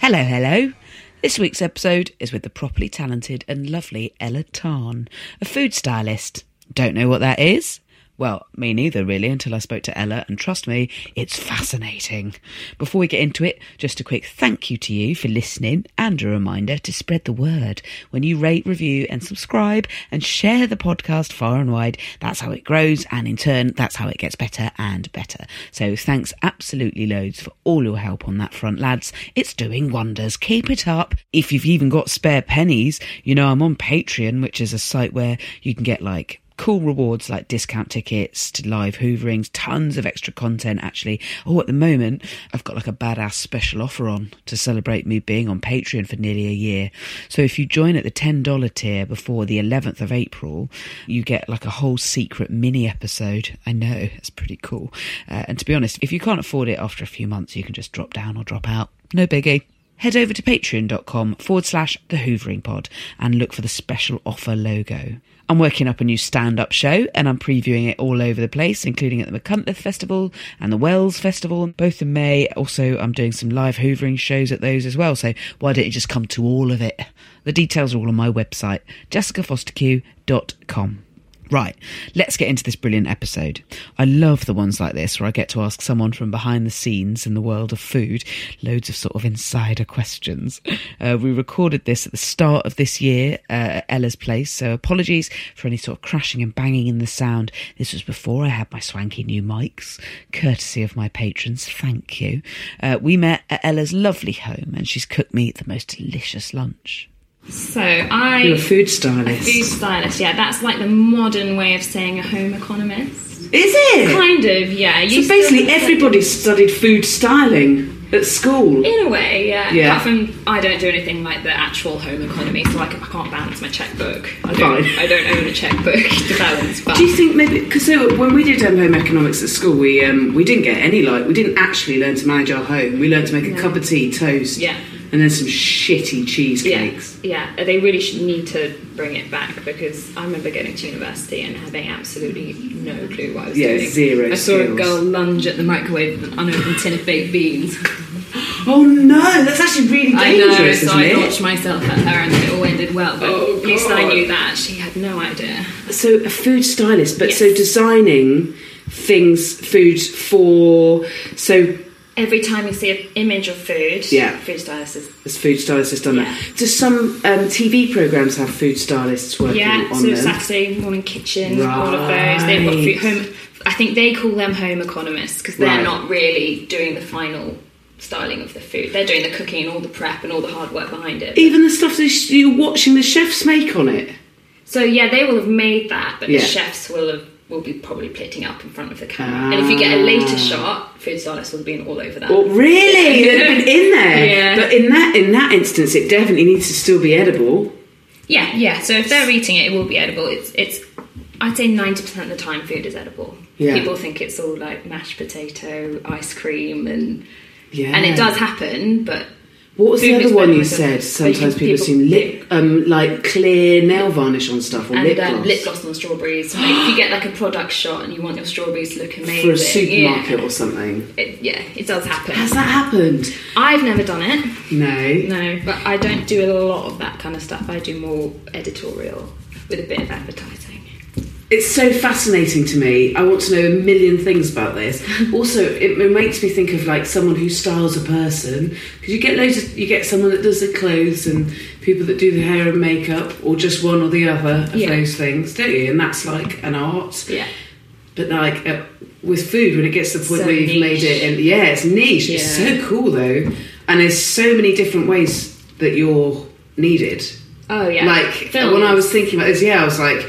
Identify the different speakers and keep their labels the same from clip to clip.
Speaker 1: Hello, hello. This week's episode is with the properly talented and lovely Ella Tarn, a food stylist. Don't know what that is? Well, me neither, really, until I spoke to Ella, and trust me, it's fascinating. Before we get into it, just a quick thank you to you for listening and a reminder to spread the word when you rate, review, and subscribe and share the podcast far and wide. That's how it grows, and in turn, that's how it gets better and better. So thanks absolutely loads for all your help on that front, lads. It's doing wonders. Keep it up. If you've even got spare pennies, you know, I'm on Patreon, which is a site where you can get like cool rewards like discount tickets to live hooverings tons of extra content actually oh at the moment i've got like a badass special offer on to celebrate me being on patreon for nearly a year so if you join at the $10 tier before the 11th of april you get like a whole secret mini episode i know it's pretty cool uh, and to be honest if you can't afford it after a few months you can just drop down or drop out no biggie Head over to patreon.com forward slash the hoovering pod and look for the special offer logo. I'm working up a new stand up show and I'm previewing it all over the place, including at the McCunteth Festival and the Wells Festival, both in May. Also, I'm doing some live hoovering shows at those as well, so why don't you just come to all of it? The details are all on my website, jessicafosterq.com. Right, let's get into this brilliant episode. I love the ones like this where I get to ask someone from behind the scenes in the world of food loads of sort of insider questions. Uh, we recorded this at the start of this year uh, at Ella's place, so apologies for any sort of crashing and banging in the sound. This was before I had my swanky new mics, courtesy of my patrons. Thank you. Uh, we met at Ella's lovely home, and she's cooked me the most delicious lunch.
Speaker 2: So I
Speaker 1: You're a food
Speaker 2: a
Speaker 1: stylist.
Speaker 2: food stylist. Yeah, that's like the modern way of saying a home economist.
Speaker 3: Is it?
Speaker 2: Kind of, yeah. You
Speaker 3: So
Speaker 2: still-
Speaker 3: basically, everybody studied food styling at school.
Speaker 2: In a way, yeah.
Speaker 3: Yeah.
Speaker 2: Apart from I don't do anything like the actual home economy, so like I can't balance my checkbook. I don't,
Speaker 3: Fine.
Speaker 2: I don't own a checkbook to balance. But
Speaker 3: Do you think maybe because so when we did um, home economics at school, we um, we didn't get any like we didn't actually learn to manage our home. We learned to make a cup of tea, toast,
Speaker 2: Yeah.
Speaker 1: and then some shitty cheesecakes.
Speaker 2: Yeah, yeah. They really should need to bring it back because I remember getting to university and having absolutely no clue what I was
Speaker 1: Yeah,
Speaker 2: doing.
Speaker 1: zero
Speaker 2: I saw a
Speaker 1: skills.
Speaker 2: girl lunge at the microwave with an unopened tin of baked beans.
Speaker 1: Oh no, that's actually really
Speaker 2: I know,
Speaker 1: dangerous,
Speaker 2: so
Speaker 1: isn't
Speaker 2: I
Speaker 1: it?
Speaker 2: launched myself at her and it all ended well. But
Speaker 1: Oh,
Speaker 2: at least I
Speaker 1: God.
Speaker 2: knew that she had no idea.
Speaker 1: So a food stylist, but so
Speaker 2: Yes.
Speaker 1: designing things, food for so
Speaker 2: Every time you see an image of food,
Speaker 1: Yeah.
Speaker 2: food stylist is
Speaker 1: as food stylists has done that. Do some um, TV programs have food stylists working
Speaker 2: yeah,
Speaker 1: on
Speaker 2: so
Speaker 1: them?
Speaker 2: Saturday morning kitchen, all of those. They've got
Speaker 1: Right.
Speaker 2: food home. I think they call them home economists because they're
Speaker 1: Right.
Speaker 2: not really doing the final styling of the food. They're doing the cooking and all the prep and all the hard work behind it.
Speaker 1: Even the stuff that sh- you're watching the chefs make on it.
Speaker 2: So yeah, they will have made that, but
Speaker 1: Yeah.
Speaker 2: the chefs will have will be probably plating up in front of the camera. And if you get a
Speaker 1: Ah.
Speaker 2: later shot, food stylists will have been all over that.
Speaker 1: Well, really, they'd have been in there.
Speaker 2: Yeah.
Speaker 1: But in that in that instance, it definitely needs to still be edible.
Speaker 2: Yeah, yeah. So if they're eating it, it will be edible. It's it's. I'd say ninety percent of the time, food is edible.
Speaker 1: Yeah.
Speaker 2: People think it's all like mashed potato, ice cream, and
Speaker 1: Yeah.
Speaker 2: and it does happen. But
Speaker 1: What was the
Speaker 2: food is
Speaker 1: other one you
Speaker 2: better than-
Speaker 1: said? Sometimes
Speaker 2: but
Speaker 1: people, assume lip, um, like clear nail varnish on stuff or
Speaker 2: and
Speaker 1: lip
Speaker 2: um,
Speaker 1: gloss.
Speaker 2: lip gloss on strawberries. So if you get like a product shot and you want your strawberries to look amazing
Speaker 1: for a supermarket
Speaker 2: yeah,
Speaker 1: or something.
Speaker 2: It, yeah, it does happen.
Speaker 1: Has that happened?
Speaker 2: I've never done it.
Speaker 1: No.
Speaker 2: No, but I don't do a lot of that kind of stuff. I do more editorial with a bit of advertising.
Speaker 1: It's so fascinating to me. I want to know a million things about this. Also, it, it makes me think of like someone who styles a person because you get loads of you get someone that does the clothes and people that do the hair and makeup or just one or the other of
Speaker 2: Yeah.
Speaker 1: those things, don't you? And that's like an art.
Speaker 2: Yeah.
Speaker 1: But like uh, with food, when it gets to the point
Speaker 2: So
Speaker 1: where you've made
Speaker 2: niche.
Speaker 1: it, and yeah, it's niche. It's
Speaker 2: Yeah.
Speaker 1: so cool though, and there's so many different ways that you're needed.
Speaker 2: Oh yeah.
Speaker 1: Like
Speaker 2: Films.
Speaker 1: when I was thinking about this, yeah, I was like,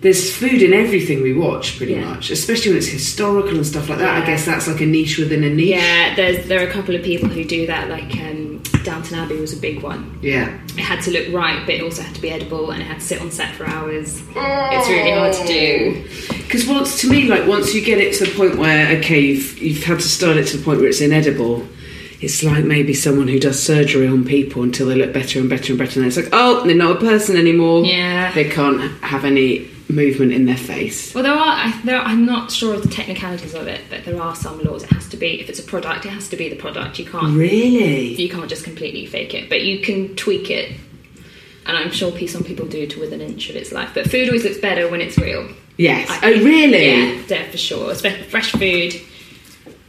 Speaker 1: there's food in everything we watch, pretty
Speaker 2: Yeah.
Speaker 1: much, especially when it's historical and stuff like that. I
Speaker 2: Yeah.
Speaker 1: guess that's like a niche within a niche.
Speaker 2: Yeah, there's there are a couple of people who do that. Like um, Downton Abbey was a big one.
Speaker 1: Yeah.
Speaker 2: It had to look right, but it also had to be edible, and it had to sit on set for hours. It's really hard to do.
Speaker 1: Because once to me, like once you get it to the point where okay, you've you've had to start it to the point where it's inedible. It's like maybe someone who does surgery on people until they look better and better and better, and then it's like, oh, they're not a person anymore.
Speaker 2: Yeah.
Speaker 1: they can't have any movement in their face.
Speaker 2: Well, there are, I- there are. I'm not sure of the technicalities of it, but there are some laws. It has to be if it's a product, it has to be the product. You can't
Speaker 1: Really?
Speaker 2: you can't just completely fake it, but you can tweak it. And I'm sure pe- some people do to within an inch of its life. But food always looks better when it's real.
Speaker 1: Yes.
Speaker 2: I
Speaker 1: oh,
Speaker 2: think.
Speaker 1: really?
Speaker 2: Yeah, yeah, for sure. Espe- Fresh food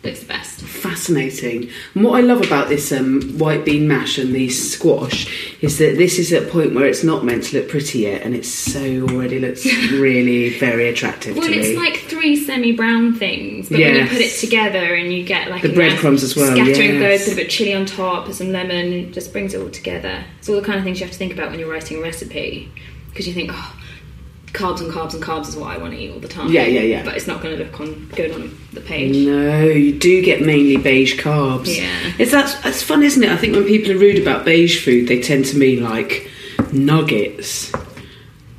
Speaker 2: looks the best.
Speaker 1: fascinating. And what I love about this um, white bean mash and the squash is that this is at a point where it's not meant to look pretty yet, and it so already looks really very attractive
Speaker 2: Well,
Speaker 1: to me.
Speaker 2: it's like three semi-brown things, but when you put it
Speaker 1: Yes.
Speaker 2: together and you get like
Speaker 1: The
Speaker 2: a
Speaker 1: breadcrumbs
Speaker 2: nice
Speaker 1: as well, yes.
Speaker 2: scattering of those, a bit of chili on top, put some lemon, it just brings it all together. It's all the kind of things you have to think about when you're writing a recipe because you think, oh, carbs and carbs and carbs is what I want to eat all the time.
Speaker 1: Yeah, yeah, yeah.
Speaker 2: But it's not going to look on good on the page.
Speaker 1: No, you do get mainly beige carbs.
Speaker 2: Yeah.
Speaker 1: It's that's that's fun, isn't it? I think when people are rude about beige food, they tend to mean like nuggets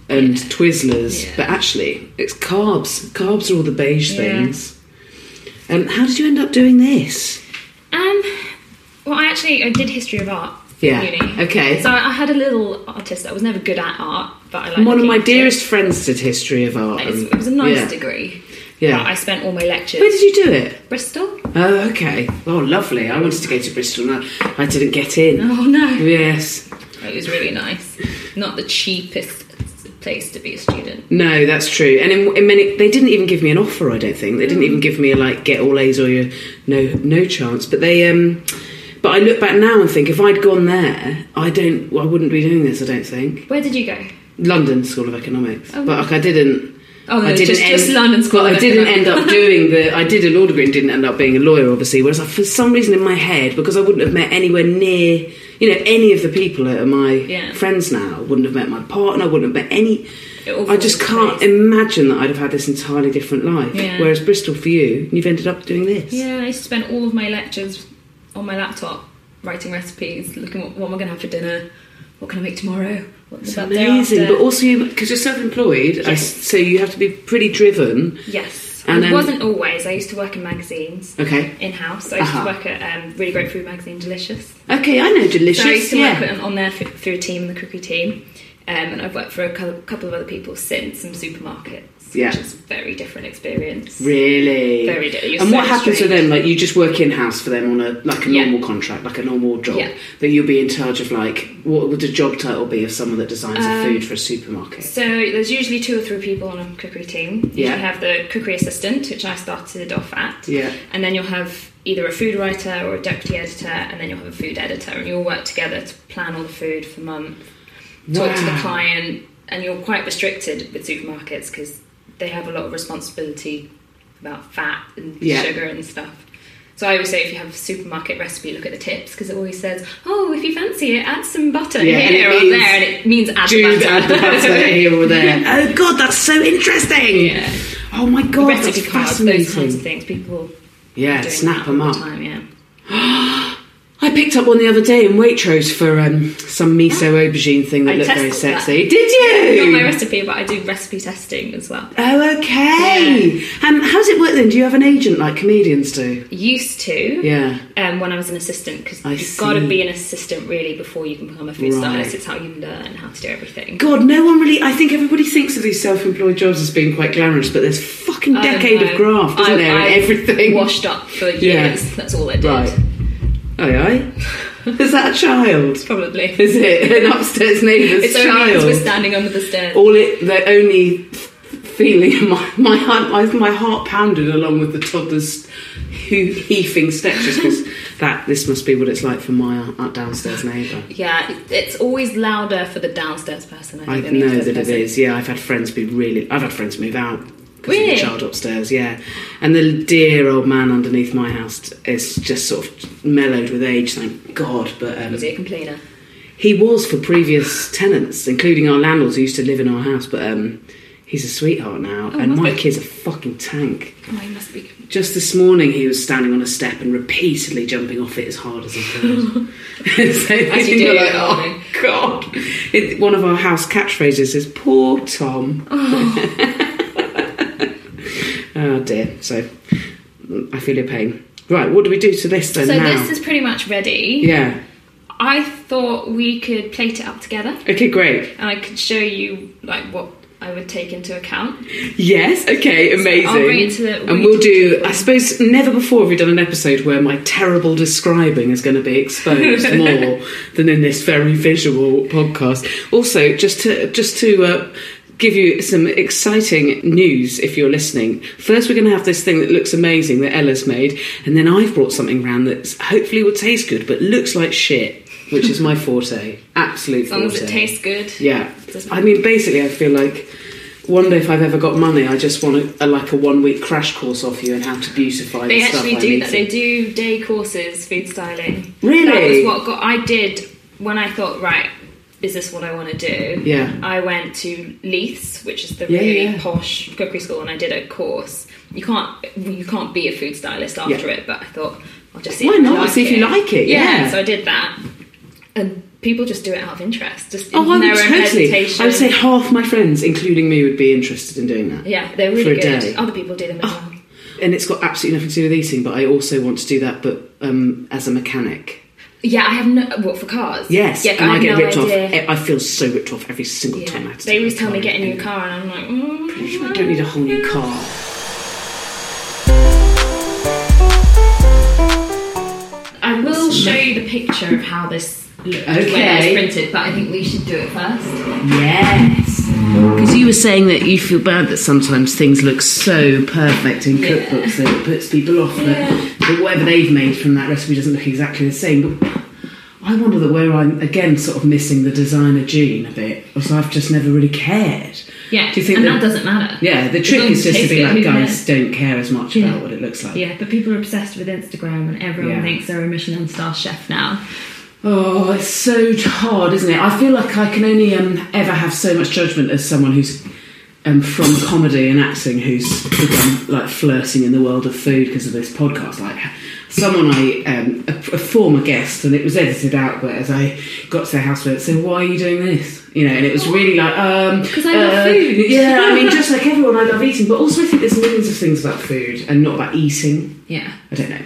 Speaker 1: and Twizzlers,
Speaker 2: Yeah.
Speaker 1: but actually it's carbs. Carbs are all the beige things. Um, how did you end up doing this?
Speaker 2: Um, well, I actually I did history of art. at
Speaker 1: Yeah,
Speaker 2: Uni.
Speaker 1: okay.
Speaker 2: So I had a little artist. I was never good at art, but I liked
Speaker 1: One of
Speaker 2: looking
Speaker 1: my
Speaker 2: at it.
Speaker 1: dearest friends did history of art.
Speaker 2: It was,
Speaker 1: and-
Speaker 2: it was a nice
Speaker 1: yeah.
Speaker 2: degree.
Speaker 1: Yeah.
Speaker 2: But I spent all my lectures.
Speaker 1: Where did you do it?
Speaker 2: Bristol.
Speaker 1: Oh, okay. Oh, lovely. I wanted to go to Bristol and I, I didn't get in.
Speaker 2: Oh no.
Speaker 1: Yes.
Speaker 2: It was really nice. Not the cheapest place to be a student.
Speaker 1: No, that's true. And in, in many, they didn't even give me an offer. I don't think they didn't
Speaker 2: Hmm.
Speaker 1: even give me a like get all A's or your no no chance. But they, um, but I look back now and think if I'd gone there, I don't, I wouldn't be doing this. I don't think
Speaker 2: Where did you go?
Speaker 1: London School of Economics.
Speaker 2: Oh,
Speaker 1: but
Speaker 2: no.
Speaker 1: like I didn't.
Speaker 2: Oh, no,
Speaker 1: I didn't
Speaker 2: just- just London School
Speaker 1: But
Speaker 2: of
Speaker 1: I didn't end
Speaker 2: Economics.
Speaker 1: up doing the. I did a law degree and didn't end up being a lawyer, obviously. Whereas I, for some reason in my head, because I wouldn't have met anywhere near, you know, any of the people that are my
Speaker 2: Yeah.
Speaker 1: friends now. I wouldn't have met my partner. I wouldn't have met any.
Speaker 2: It all
Speaker 1: I just
Speaker 2: falls
Speaker 1: can't
Speaker 2: into place.
Speaker 1: imagine that I'd have had this entirely different life.
Speaker 2: Yeah.
Speaker 1: Whereas Bristol for you, you've ended up doing this.
Speaker 2: Yeah, I used to spend all of my lectures on my laptop writing recipes, looking what, what am I going to have for dinner, what can I make tomorrow, what's
Speaker 1: It's
Speaker 2: that
Speaker 1: amazing,
Speaker 2: day after.
Speaker 1: but also you because you're self-employed, I s
Speaker 2: Yes.
Speaker 1: so you have to be pretty driven.
Speaker 2: yes. yes.
Speaker 1: And
Speaker 2: it
Speaker 1: then-
Speaker 2: wasn't always. I used to work in magazines
Speaker 1: Okay.
Speaker 2: in house. I used
Speaker 1: Uh-huh.
Speaker 2: to work at um, really great food magazine, Delicious.
Speaker 1: Okay, I know
Speaker 2: So I used
Speaker 1: delicious.
Speaker 2: to
Speaker 1: yeah.
Speaker 2: work on, on there for, for a team, the cookery team, um, and I've worked for a cou- couple of other people since some supermarkets,
Speaker 1: Yeah.
Speaker 2: which is a very different experience.
Speaker 1: Really?
Speaker 2: Very di- you're
Speaker 1: And
Speaker 2: so
Speaker 1: what happens to
Speaker 2: restrained.
Speaker 1: them? Like you just work in house for them on a like a
Speaker 2: Yeah.
Speaker 1: normal contract, like a normal job.
Speaker 2: Yeah.
Speaker 1: But you'll be in charge of like what would the job title be of someone that designs the food for a supermarket?
Speaker 2: Um, So there's usually two or three people on a cookery team. You
Speaker 1: Yeah.
Speaker 2: can have the cookery assistant, which I started off at.
Speaker 1: Yeah.
Speaker 2: And then you'll have either a food writer or a deputy editor, and then you'll have a food editor, and you'll work together to plan all the food for month, talk to the
Speaker 1: Wow.
Speaker 2: client, and you're quite restricted with supermarkets because they have a lot of responsibility about fat and
Speaker 1: Yeah.
Speaker 2: sugar and stuff. So I always say if you have a supermarket recipe, look at the tips because it always says, "Oh, if you fancy it, add some butter
Speaker 1: Yeah, and it
Speaker 2: here or
Speaker 1: means-
Speaker 2: there," and it means add the
Speaker 1: Do
Speaker 2: butter.
Speaker 1: add the butter here or there. Oh god, that's so interesting.
Speaker 2: Yeah.
Speaker 1: Oh my god,
Speaker 2: recipe
Speaker 1: that's
Speaker 2: cards, those kinds of
Speaker 1: fascinating.
Speaker 2: things. People
Speaker 1: Yeah,
Speaker 2: doing
Speaker 1: snap
Speaker 2: that
Speaker 1: them
Speaker 2: all
Speaker 1: up.
Speaker 2: The time, yeah.
Speaker 1: I picked up one the other day in Waitrose for um, some miso aubergine thing that
Speaker 2: I
Speaker 1: looked very
Speaker 2: tested that.
Speaker 1: sexy. Did you?
Speaker 2: Not my recipe, but I do recipe testing as well.
Speaker 1: Oh, okay. Um, how does it work then? Do you have an agent like comedians do?
Speaker 2: Used to,
Speaker 1: Yeah.
Speaker 2: um, when I was an assistant, because
Speaker 1: I
Speaker 2: you've got to
Speaker 1: see.
Speaker 2: be an assistant really before you can become a food
Speaker 1: Right.
Speaker 2: stylist. It's how you learn how to do everything.
Speaker 1: God, no one really. I think everybody thinks of these self-employed jobs as being quite glamorous, but there's fucking
Speaker 2: Um, I
Speaker 1: decade
Speaker 2: know.
Speaker 1: of graft, isn't
Speaker 2: I-
Speaker 1: there?
Speaker 2: I
Speaker 1: in everything.
Speaker 2: washed up for years.
Speaker 1: Yeah.
Speaker 2: That's all I did.
Speaker 1: Right. Aye, aye. Is that a child?
Speaker 2: Probably.
Speaker 1: Is it an upstairs neighbour's
Speaker 2: It's only
Speaker 1: child?
Speaker 2: as we're standing under the stairs.
Speaker 1: All it. The only feeling. My my heart. My, my heart pounded along with the toddler's hoo- heaving steps, just because that. This must be what it's like for my uh, downstairs neighbour.
Speaker 2: yeah, it- it's always louder for the downstairs person. I,
Speaker 1: I
Speaker 2: think, than the
Speaker 1: know
Speaker 2: upstairs
Speaker 1: that it
Speaker 2: person.
Speaker 1: is. Yeah, I've had friends be really. I've had friends move out because of
Speaker 2: Really?
Speaker 1: the child upstairs. Yeah, and the dear old man underneath my house is just sort of mellowed with age. Thank God, but um,
Speaker 2: Was he a complainer?
Speaker 1: he was for previous tenants, including our landlords who used to live in our house. But um, he's a sweetheart now, and
Speaker 2: Oh, must
Speaker 1: my
Speaker 2: be.
Speaker 1: kid's a fucking tank.
Speaker 2: Oh, he must be.
Speaker 1: Just this morning, he was standing on a step and repeatedly jumping off it as hard as he could. so
Speaker 2: As you
Speaker 1: you're
Speaker 2: do,
Speaker 1: like,
Speaker 2: aren't
Speaker 1: oh god! It, one of our house catchphrases is "Poor Tom." Oh, dear. So I feel your pain. Right, what do we do to this then?
Speaker 2: So
Speaker 1: now,
Speaker 2: this is pretty much ready.
Speaker 1: yeah.
Speaker 2: I thought we could plate it up together
Speaker 1: Okay, great.
Speaker 2: and I could show you like what I would take into account.
Speaker 1: Yes. Okay. Amazing.
Speaker 2: I'll bring it to the-
Speaker 1: and we'll do. I suppose never before have we done an episode where my terrible describing is going to be exposed more than in this very visual podcast. Also, just to just to. Uh, Give you some exciting news if you're listening. First, we're going to have this thing that looks amazing that Ella's made, and then I've brought something round that hopefully will taste good but looks like shit, which is my forte. Absolute
Speaker 2: As long as
Speaker 1: forte.
Speaker 2: it tastes good.
Speaker 1: Yeah,
Speaker 2: Doesn't-
Speaker 1: I mean, basically, I feel like one day if I've ever got money, I just want a, a like a one week crash course off you on how to beautify.
Speaker 2: They
Speaker 1: the stuff
Speaker 2: actually
Speaker 1: I'm
Speaker 2: do that. They
Speaker 1: eating.
Speaker 2: do day courses, food styling.
Speaker 1: Really?
Speaker 2: That was what got I did when I thought, right, is this what I want to do?
Speaker 1: Yeah.
Speaker 2: I went to Leith's, which is the
Speaker 1: Yeah,
Speaker 2: really
Speaker 1: yeah.
Speaker 2: posh cookery school, and I did a course. You can't you can't be a food stylist after
Speaker 1: Yeah.
Speaker 2: it, but I thought I'll just see
Speaker 1: Why
Speaker 2: if I
Speaker 1: not?
Speaker 2: like
Speaker 1: See if
Speaker 2: it.
Speaker 1: you like it, yeah.
Speaker 2: So I did that, and people just do it out of interest, just in
Speaker 1: Oh, I
Speaker 2: their
Speaker 1: would
Speaker 2: own
Speaker 1: totally.
Speaker 2: hesitation.
Speaker 1: I would say half my friends, including me, would be interested in doing that.
Speaker 2: yeah, they're
Speaker 1: for
Speaker 2: really
Speaker 1: a
Speaker 2: good.
Speaker 1: day. Oh.
Speaker 2: Other people do them as well.
Speaker 1: And it's got absolutely nothing to do with eating, but I also want to do that, but um, as a mechanic.
Speaker 2: Yeah, I have no. What for cars?
Speaker 1: Yes,
Speaker 2: yeah,
Speaker 1: and I,
Speaker 2: have
Speaker 1: get
Speaker 2: no
Speaker 1: ripped
Speaker 2: idea.
Speaker 1: off. e, I feel so ripped off every single time I
Speaker 2: Yeah.
Speaker 1: have to
Speaker 2: They
Speaker 1: take
Speaker 2: always
Speaker 1: my
Speaker 2: tell me
Speaker 1: car
Speaker 2: get a new
Speaker 1: in.
Speaker 2: car, and I'm like,
Speaker 1: Pretty
Speaker 2: mm,
Speaker 1: sure I don't need a whole new car.
Speaker 2: I will show you the picture of how this looked when
Speaker 1: Okay.
Speaker 2: it's printed, but I think we should do it first.
Speaker 1: Yes. Because you were saying that you feel bad that sometimes things look so perfect in cookbooks that it puts people off that, that whatever they've made from that recipe doesn't look exactly the same. But I wonder that where I'm again sort of missing the designer gene a bit, or so I've just never really cared.
Speaker 2: Yeah,
Speaker 1: Do you think
Speaker 2: and
Speaker 1: that-
Speaker 2: that doesn't matter.
Speaker 1: Yeah, the
Speaker 2: As
Speaker 1: trick
Speaker 2: long
Speaker 1: is
Speaker 2: as it
Speaker 1: just to
Speaker 2: tastes
Speaker 1: be
Speaker 2: good,
Speaker 1: like,
Speaker 2: who
Speaker 1: guys,
Speaker 2: cares?
Speaker 1: don't care as much
Speaker 2: Yeah.
Speaker 1: about what it looks like.
Speaker 2: Yeah, but people are obsessed with Instagram, and everyone
Speaker 1: Yeah.
Speaker 2: thinks they're a Michelin star chef now.
Speaker 1: Oh, it's so hard, isn't it? I feel like I can only um, ever have so much judgment as someone who's um, from comedy and acting who's become like flirting in the world of food because of this podcast. Like, someone I, um, a, a former guest, and it was edited out, but as I got to their house, they said, Why are you doing this? You know, and it was really like, um.
Speaker 2: 'Cause I love food.
Speaker 1: Yeah, I mean, just like everyone, I love eating, but also I think there's millions of things about food and not about eating.
Speaker 2: Yeah.
Speaker 1: I don't know.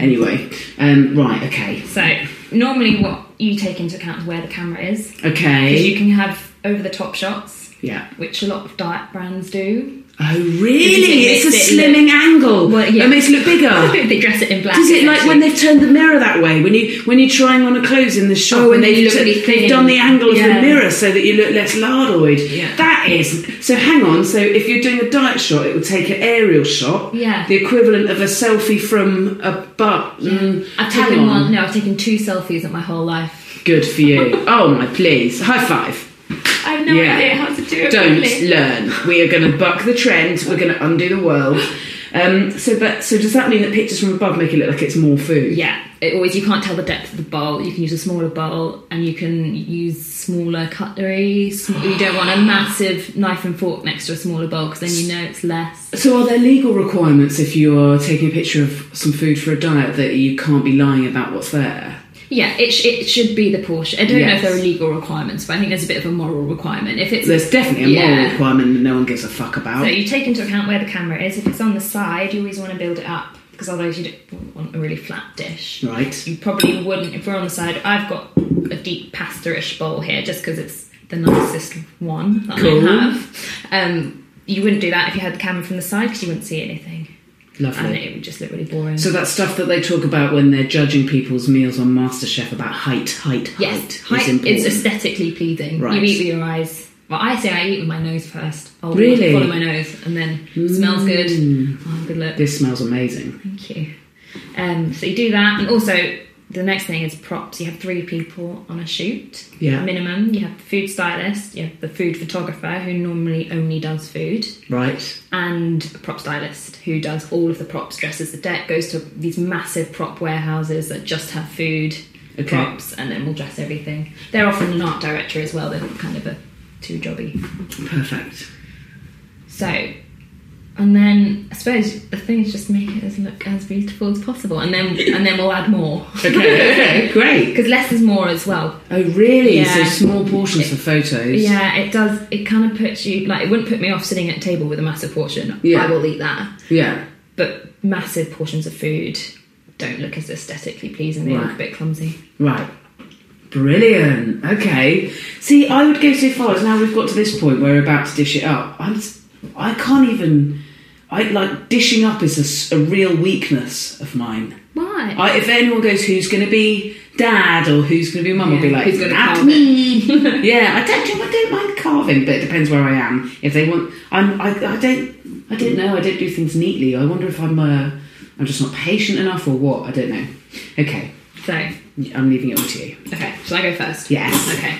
Speaker 1: Anyway, um, right, okay.
Speaker 2: So normally, what you take into account is where the camera is. 'Cause
Speaker 1: Okay.
Speaker 2: you can have over the top shots,
Speaker 1: Eh? yeah.
Speaker 2: which a lot of diet brands do.
Speaker 1: Oh,
Speaker 2: Because
Speaker 1: really?
Speaker 2: it
Speaker 1: It's a
Speaker 2: makes it look-
Speaker 1: slimming angle.
Speaker 2: Well, yeah.
Speaker 1: It makes it look bigger.
Speaker 2: they dress it in black.
Speaker 1: Does it like when
Speaker 2: actually-
Speaker 1: they've turned the mirror that way? When you when you're trying on a clothes in the shop,
Speaker 2: Oh,
Speaker 1: and
Speaker 2: and they
Speaker 1: they've,
Speaker 2: look
Speaker 1: t-
Speaker 2: really
Speaker 1: they've
Speaker 2: thin.
Speaker 1: done the angle of the
Speaker 2: Yeah.
Speaker 1: mirror so that you look less lardoid.
Speaker 2: Yeah.
Speaker 1: That is so. Hang on. So if you're doing a diet shot, it would take an aerial shot.
Speaker 2: Yeah.
Speaker 1: The equivalent of a selfie from a butt. Mm,
Speaker 2: I've
Speaker 1: hang
Speaker 2: taken
Speaker 1: on.
Speaker 2: one. No, I've taken two selfies in my whole life.
Speaker 1: Good for you. Oh my, please. High five.
Speaker 2: I have no
Speaker 1: Yeah.
Speaker 2: idea how to do it.
Speaker 1: Don't
Speaker 2: properly.
Speaker 1: learn. We are going to buck the trend. We're going to undo the world. Um, so, but so does that mean that pictures from above make it look like it's more food?
Speaker 2: Yeah, it always you can't tell the depth of the bowl. You can use a smaller bowl, and you can use smaller cutlery. Sm- you don't want a massive knife and fork next to a smaller bowl because then you know it's less.
Speaker 1: So, are there legal requirements if you are taking a picture of some food for a diet that you can't be lying about what's there?
Speaker 2: Yeah, it, sh- it should be the portion. I don't know
Speaker 1: Yes.
Speaker 2: if there are legal requirements, but I think there's a bit of a moral requirement. If it's
Speaker 1: There's definitely a moral
Speaker 2: Yeah.
Speaker 1: requirement that no one gives a fuck about.
Speaker 2: So you take into account where the camera is. If it's on the side, you always want to build it up because otherwise you don't want a really flat dish.
Speaker 1: right.
Speaker 2: You probably wouldn't if we're on the side. I've got a deep pasta-ish bowl here just because it's the nicest one that
Speaker 1: Cool.
Speaker 2: I have. Um, you wouldn't do that if you had the camera from the side because you wouldn't see anything, and
Speaker 1: Lovely.
Speaker 2: it would just look really boring.
Speaker 1: So that's stuff that they talk about when they're judging people's meals on MasterChef about height, height, height.
Speaker 2: yes, height
Speaker 1: is
Speaker 2: is,
Speaker 1: important.
Speaker 2: aesthetically pleasing.
Speaker 1: Right.
Speaker 2: You eat with your eyes. Well, I say I eat with my nose first. I'll
Speaker 1: Really? Mm.
Speaker 2: follow my nose, and then smells good. Oh, good look.
Speaker 1: This smells amazing.
Speaker 2: Thank you. Um, so you do that, and also the next thing is props. You have three people on a shoot,
Speaker 1: Yeah.
Speaker 2: minimum. You have the food stylist, you have the food photographer who normally only does food,
Speaker 1: Right.
Speaker 2: and a prop stylist who does all of the props, dresses the deck, goes to these massive prop warehouses that just have food
Speaker 1: Okay.
Speaker 2: props, and then will dress everything. They're often an art director as well. They're kind of a two jobby.
Speaker 1: Perfect.
Speaker 2: So, and then I suppose the thing is just make it as look as beautiful as possible, and then and then we'll add more.
Speaker 1: Okay, great.
Speaker 2: Because less is more as well.
Speaker 1: Oh, really?
Speaker 2: Yeah.
Speaker 1: So small portions for photos.
Speaker 2: Yeah, it does. It kind of puts you like it wouldn't put me off sitting at a table with a massive portion.
Speaker 1: Yeah.
Speaker 2: I will eat that.
Speaker 1: Yeah.
Speaker 2: But massive portions of food don't look as aesthetically pleasing. They look a bit clumsy.
Speaker 1: Right. Brilliant. Okay. See, I would go so far as now we've got to this point where we're about to dish it up. I'm. s- I can't even. I like dishing up is a s- a, real weakness of mine.
Speaker 2: Why?
Speaker 1: I, if anyone goes, who's going to be dad or who's going to be mum, I'll be like,
Speaker 2: who's gonna
Speaker 1: "Not
Speaker 2: carve it?"
Speaker 1: me. yeah, I don't. I don't mind carving, but it depends where I am. If they want, I'm. I, I don't. I don't know. I don't do things neatly. I wonder if I'm. Uh, I'm just not patient enough, or what? I don't know. Okay,
Speaker 2: so
Speaker 1: I'm leaving it all to you.
Speaker 2: okay, shall I go first?
Speaker 1: Yes.
Speaker 2: Okay.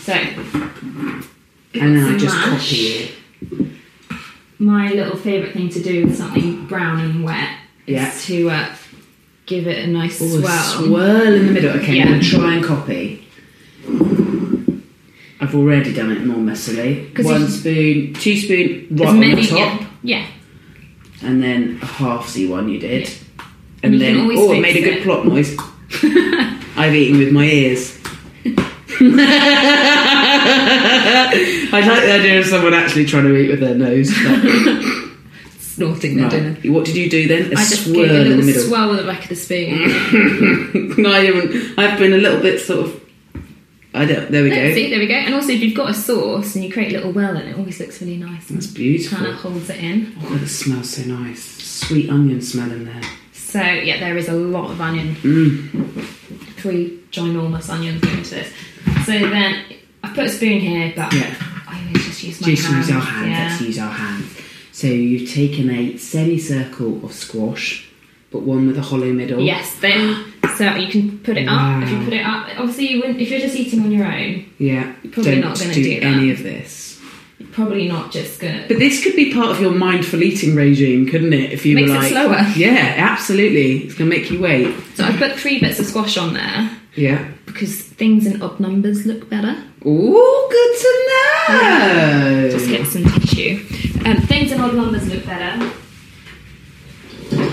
Speaker 2: So
Speaker 1: And then I just
Speaker 2: Smash.
Speaker 1: copy it.
Speaker 2: my little favourite thing to do with something brown and wet
Speaker 1: Yeah.
Speaker 2: is to uh, give it a nice
Speaker 1: Ooh,
Speaker 2: swirl.
Speaker 1: swirl in the middle. Okay,
Speaker 2: Yeah.
Speaker 1: I'm going to try and copy. I've already done it more messily.
Speaker 2: 'Cause
Speaker 1: eh? One
Speaker 2: you-
Speaker 1: spoon, two spoon, right
Speaker 2: As
Speaker 1: on
Speaker 2: many-
Speaker 1: the top,
Speaker 2: yeah, yeah.
Speaker 1: and then a halfsy one you did,
Speaker 2: And
Speaker 1: and
Speaker 2: you
Speaker 1: then
Speaker 2: can always
Speaker 1: oh, it
Speaker 2: fix
Speaker 1: made a good
Speaker 2: it.
Speaker 1: plot noise. I've eaten with my ears. I like the idea of someone actually trying to eat with their nose. Like,
Speaker 2: snorting their dinner.
Speaker 1: right. What did you do then? A
Speaker 2: I just
Speaker 1: swirl
Speaker 2: gave it a
Speaker 1: in the
Speaker 2: little
Speaker 1: middle.
Speaker 2: swirl with the back of the spoon.
Speaker 1: no, I haven't. I've been a little bit sort of. I don't. There we go.
Speaker 2: See, there we go. And also, if you've got a sauce and you create a little well, then it always looks really nice.
Speaker 1: That's
Speaker 2: Kind of
Speaker 1: beautiful.
Speaker 2: holds it in.
Speaker 1: Oh, it smells so nice. Sweet onion smell in there.
Speaker 2: So yeah, there is a lot of onion.
Speaker 1: Mm.
Speaker 2: Three ginormous onions into this. So then I put a spoon here, but
Speaker 1: Yeah.
Speaker 2: I always just use my
Speaker 1: Just
Speaker 2: hand.
Speaker 1: use our hands.
Speaker 2: Yeah.
Speaker 1: Let's use our hands. So you've taken a semicircle of squash, but one with a hollow middle.
Speaker 2: Yes, then so you can put it up. If you
Speaker 1: Wow.
Speaker 2: put it up, obviously you wouldn't. If you're just eating on your own,
Speaker 1: Yeah.
Speaker 2: probably
Speaker 1: Don't
Speaker 2: not gonna
Speaker 1: do,
Speaker 2: do that.
Speaker 1: any of this.
Speaker 2: you're probably not just gonna.
Speaker 1: But this could be part of your mindful eating regime, couldn't it? If you
Speaker 2: Makes
Speaker 1: were
Speaker 2: it
Speaker 1: like,
Speaker 2: slower.
Speaker 1: Yeah, absolutely. It's gonna make you wait.
Speaker 2: So I put three bits of squash on there
Speaker 1: Yeah.
Speaker 2: because things in odd numbers look better.
Speaker 1: Ooh, good to know.
Speaker 2: Just get some tissue. Um, things in odd numbers look better.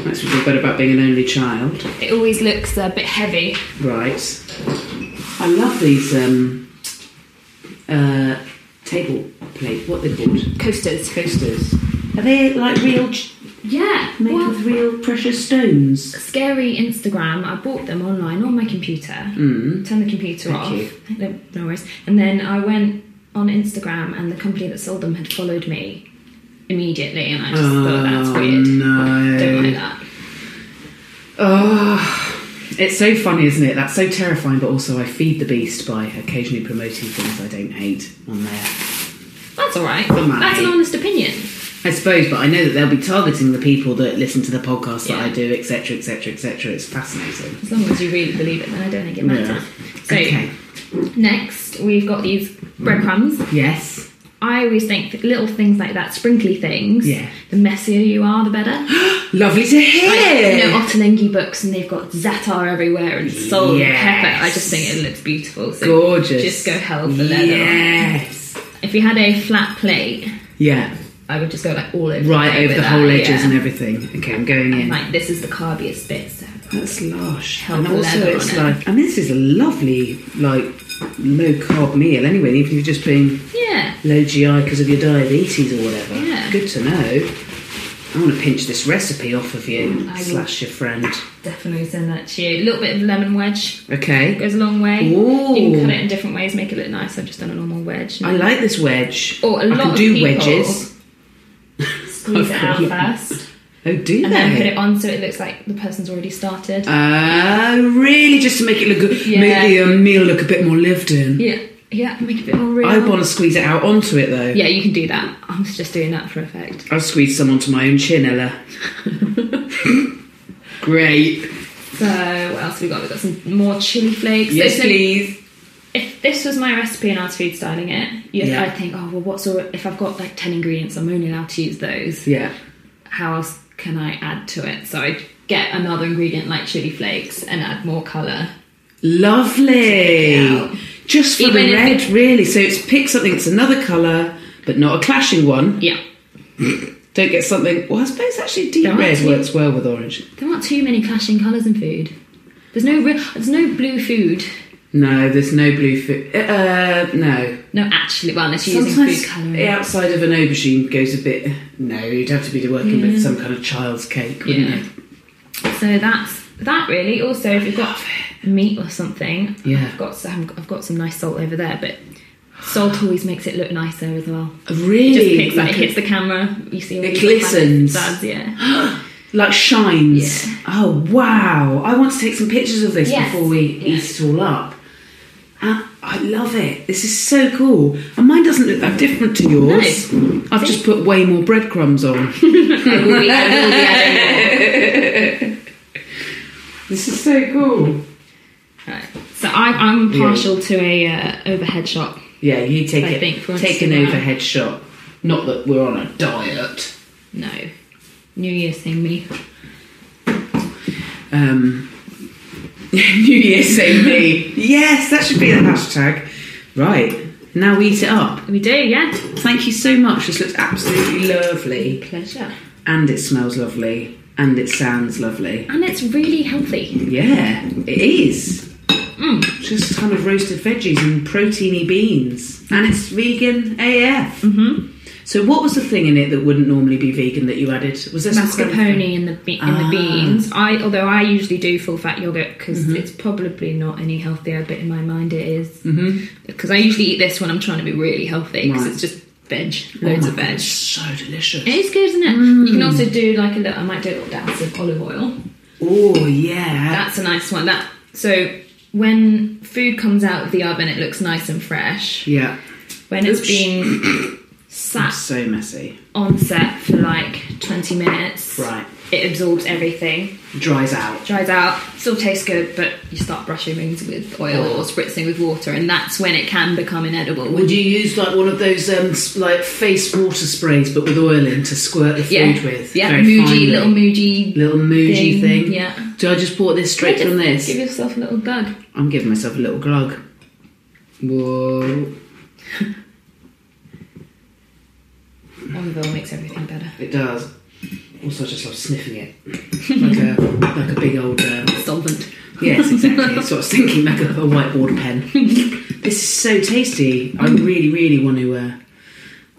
Speaker 1: Makes me feel better about being an only child.
Speaker 2: It always looks a bit heavy.
Speaker 1: Right. I love these um, uh, table plate. What are they called?
Speaker 2: Coasters.
Speaker 1: Coasters. Are they like real, ch-
Speaker 2: Yeah.
Speaker 1: made
Speaker 2: well,
Speaker 1: with real precious stones?
Speaker 2: scary Instagram. I bought them online on my computer. Mm. Turned the computer
Speaker 1: Thank
Speaker 2: off.
Speaker 1: you.
Speaker 2: No, no worries. And then I went on Instagram, and the company that sold them had followed me immediately, and I just thought that's weird.
Speaker 1: Oh, no.
Speaker 2: Don't like that.
Speaker 1: Oh, it's so funny, isn't it? That's so terrifying, but also I feed the beast by occasionally promoting things I don't hate on there.
Speaker 2: That's all right.
Speaker 1: Come on,
Speaker 2: That's an
Speaker 1: mate.
Speaker 2: honest opinion.
Speaker 1: I suppose, but I know that they'll be targeting the people that listen to the podcast
Speaker 2: Yeah.
Speaker 1: that I do, etc., etc., etc. It's fascinating.
Speaker 2: As long as you really believe it, then I don't think it matters. So
Speaker 1: Okay.
Speaker 2: next, we've got these breadcrumbs.
Speaker 1: Yes.
Speaker 2: I always think that little things like that, sprinkly things.
Speaker 1: Yeah.
Speaker 2: The messier you are, the better.
Speaker 1: Lovely to hear.
Speaker 2: Like, you know, Ottolenghi books, and they've got za'atar everywhere and salt
Speaker 1: Yes.
Speaker 2: and pepper. I just think it looks beautiful. So
Speaker 1: Gorgeous.
Speaker 2: Just go hell for leather.
Speaker 1: Yes.
Speaker 2: If you had a flat plate,
Speaker 1: Yeah.
Speaker 2: I would just go like all over.
Speaker 1: Right
Speaker 2: plate
Speaker 1: over
Speaker 2: with
Speaker 1: the whole
Speaker 2: that,
Speaker 1: edges
Speaker 2: yeah.
Speaker 1: and everything. Okay, I'm going in.
Speaker 2: Like this is the carbiest bit. So.
Speaker 1: That's lush.
Speaker 2: Help
Speaker 1: and also,
Speaker 2: leather
Speaker 1: it's
Speaker 2: on it.
Speaker 1: like, I mean, this is a lovely, like, low carb meal anyway, even if you're just being
Speaker 2: Yeah.
Speaker 1: low GI because of your diabetes or whatever.
Speaker 2: Yeah.
Speaker 1: Good to know. I want to pinch this recipe off of you,
Speaker 2: Mm, I will.
Speaker 1: slash your friend.
Speaker 2: Definitely send that to you. A little bit of lemon wedge
Speaker 1: Okay.
Speaker 2: goes a long way.
Speaker 1: Ooh.
Speaker 2: You can cut it in different ways, make it look nice. I've just done a normal wedge.
Speaker 1: I like this wedge.
Speaker 2: Oh,
Speaker 1: I
Speaker 2: a lot
Speaker 1: can
Speaker 2: of
Speaker 1: do
Speaker 2: people-
Speaker 1: wedges.
Speaker 2: Squeeze it out first,
Speaker 1: Oh, do
Speaker 2: and
Speaker 1: they?
Speaker 2: then put it on so it looks like the person's already started.
Speaker 1: Oh, really? Just to make it look good,
Speaker 2: Yeah.
Speaker 1: make the um, meal look a bit more lived in.
Speaker 2: yeah, yeah, make it a bit more real.
Speaker 1: I want to squeeze it out onto it though.
Speaker 2: Yeah, you can do that. I was just doing that for effect.
Speaker 1: I'll squeeze some onto my own chin, Ella. Great.
Speaker 2: So what else have we got? We've got some more chili flakes.
Speaker 1: Yes,
Speaker 2: So- so
Speaker 1: please.
Speaker 2: If this was my recipe and I was food styling it, you
Speaker 1: Yeah.
Speaker 2: I'd think, oh well, what's all, if I've got like ten ingredients, I'm only allowed to use those.
Speaker 1: Yeah.
Speaker 2: How else can I add to it? So I'd get another ingredient like chili flakes and add more colour.
Speaker 1: Lovely.
Speaker 2: Yeah.
Speaker 1: Just for
Speaker 2: Even
Speaker 1: the
Speaker 2: if
Speaker 1: red,
Speaker 2: it-
Speaker 1: really. So it's pick something that's another colour, but not a clashing one.
Speaker 2: Yeah,
Speaker 1: Don't get something. Well, I suppose actually deep
Speaker 2: There aren't
Speaker 1: red
Speaker 2: too-
Speaker 1: works well with orange.
Speaker 2: there aren't too many clashing colours in food. There's no real, there's no blue food.
Speaker 1: No, there's no blue food. Uh, no.
Speaker 2: No, actually, well, unless you're using
Speaker 1: Sometimes
Speaker 2: food colouring.
Speaker 1: the outside of an aubergine goes a bit. No, you'd have to be working with some kind of child's cake, wouldn't
Speaker 2: Yeah.
Speaker 1: it?
Speaker 2: So that's that really. Also, if you've got meat or something,
Speaker 1: Yeah.
Speaker 2: I've got some, I've got some nice salt over there, but salt always makes it look nicer as well.
Speaker 1: Really?
Speaker 2: It just picks that,
Speaker 1: Like
Speaker 2: it
Speaker 1: a-
Speaker 2: hits the camera. You see, all
Speaker 1: It
Speaker 2: these little
Speaker 1: glistens.
Speaker 2: facets, yeah.
Speaker 1: like shines.
Speaker 2: Yeah.
Speaker 1: Oh wow! I want to take some pictures of this
Speaker 2: Yes.
Speaker 1: before we eat it all up. Uh, I love it. This is so cool. And mine doesn't look that different to yours. I've just put way more breadcrumbs on.
Speaker 2: I will be- I will be adding
Speaker 1: This is so cool.
Speaker 2: more. Right. So I, I'm partial to a uh, overhead shot.
Speaker 1: Yeah, you take
Speaker 2: I
Speaker 1: it.
Speaker 2: think for
Speaker 1: take an
Speaker 2: Instagram.
Speaker 1: overhead shot. Not that we're on a diet.
Speaker 2: No, New Year's thing, me.
Speaker 1: Um, New Year's same me. yes, that should be the hashtag. Right now, we eat it up.
Speaker 2: We do, yeah.
Speaker 1: Thank you so much. This looks absolutely lovely.
Speaker 2: Pleasure.
Speaker 1: and it smells lovely and it sounds lovely.
Speaker 2: And it's really healthy.
Speaker 1: Yeah, it is. Mm, Just kind of roasted veggies and proteiny beans, and it's vegan AF. Mm-hmm. So, what was the thing in it that wouldn't normally be vegan that you added? Was there some kind of-
Speaker 2: Mascarpone in the be- in
Speaker 1: Ah.
Speaker 2: the beans. I although I usually do full fat yogurt because
Speaker 1: Mm-hmm.
Speaker 2: it's probably not any healthier, but in my mind it is. Because I usually eat this when I'm trying to be really healthy
Speaker 1: Mm-hmm.
Speaker 2: because
Speaker 1: Right.
Speaker 2: it's just veg,
Speaker 1: Oh
Speaker 2: loads
Speaker 1: my
Speaker 2: of
Speaker 1: God,
Speaker 2: veg.
Speaker 1: it's so delicious.
Speaker 2: It is good, isn't it? You
Speaker 1: Mm.
Speaker 2: can also do like a little. I might do a little dash of olive oil.
Speaker 1: Oh yeah,
Speaker 2: That's a nice one. That so when food comes out of the oven, it looks nice and fresh.
Speaker 1: yeah.
Speaker 2: When it's
Speaker 1: Oops.
Speaker 2: been sat
Speaker 1: So messy.
Speaker 2: on set for like 20 minutes,
Speaker 1: Right.
Speaker 2: it absorbs everything.
Speaker 1: Dries out.
Speaker 2: dries out, still tastes good, but you start brushing things with oil or spritzing with water, and that's when it can become inedible.
Speaker 1: Would you use like one of those um, s- like face water sprays but with oil in to squirt the food
Speaker 2: Yeah,
Speaker 1: with?
Speaker 2: yeah,
Speaker 1: Very
Speaker 2: Muji,
Speaker 1: finely.
Speaker 2: little Muji,
Speaker 1: little Muji
Speaker 2: thing,
Speaker 1: thing.
Speaker 2: yeah.
Speaker 1: So I just bought this straight
Speaker 2: Just
Speaker 1: from this.
Speaker 2: Give yourself a little gug.
Speaker 1: I'm giving myself a little glug. Whoa.
Speaker 2: Olive oil makes everything better.
Speaker 1: It does. Also, I just love sniffing it like a like a big old. Um,
Speaker 2: Solvent.
Speaker 1: yes, exactly. It's sort of thinking like a, a whiteboard pen. this is so tasty. I really, really want to. Uh,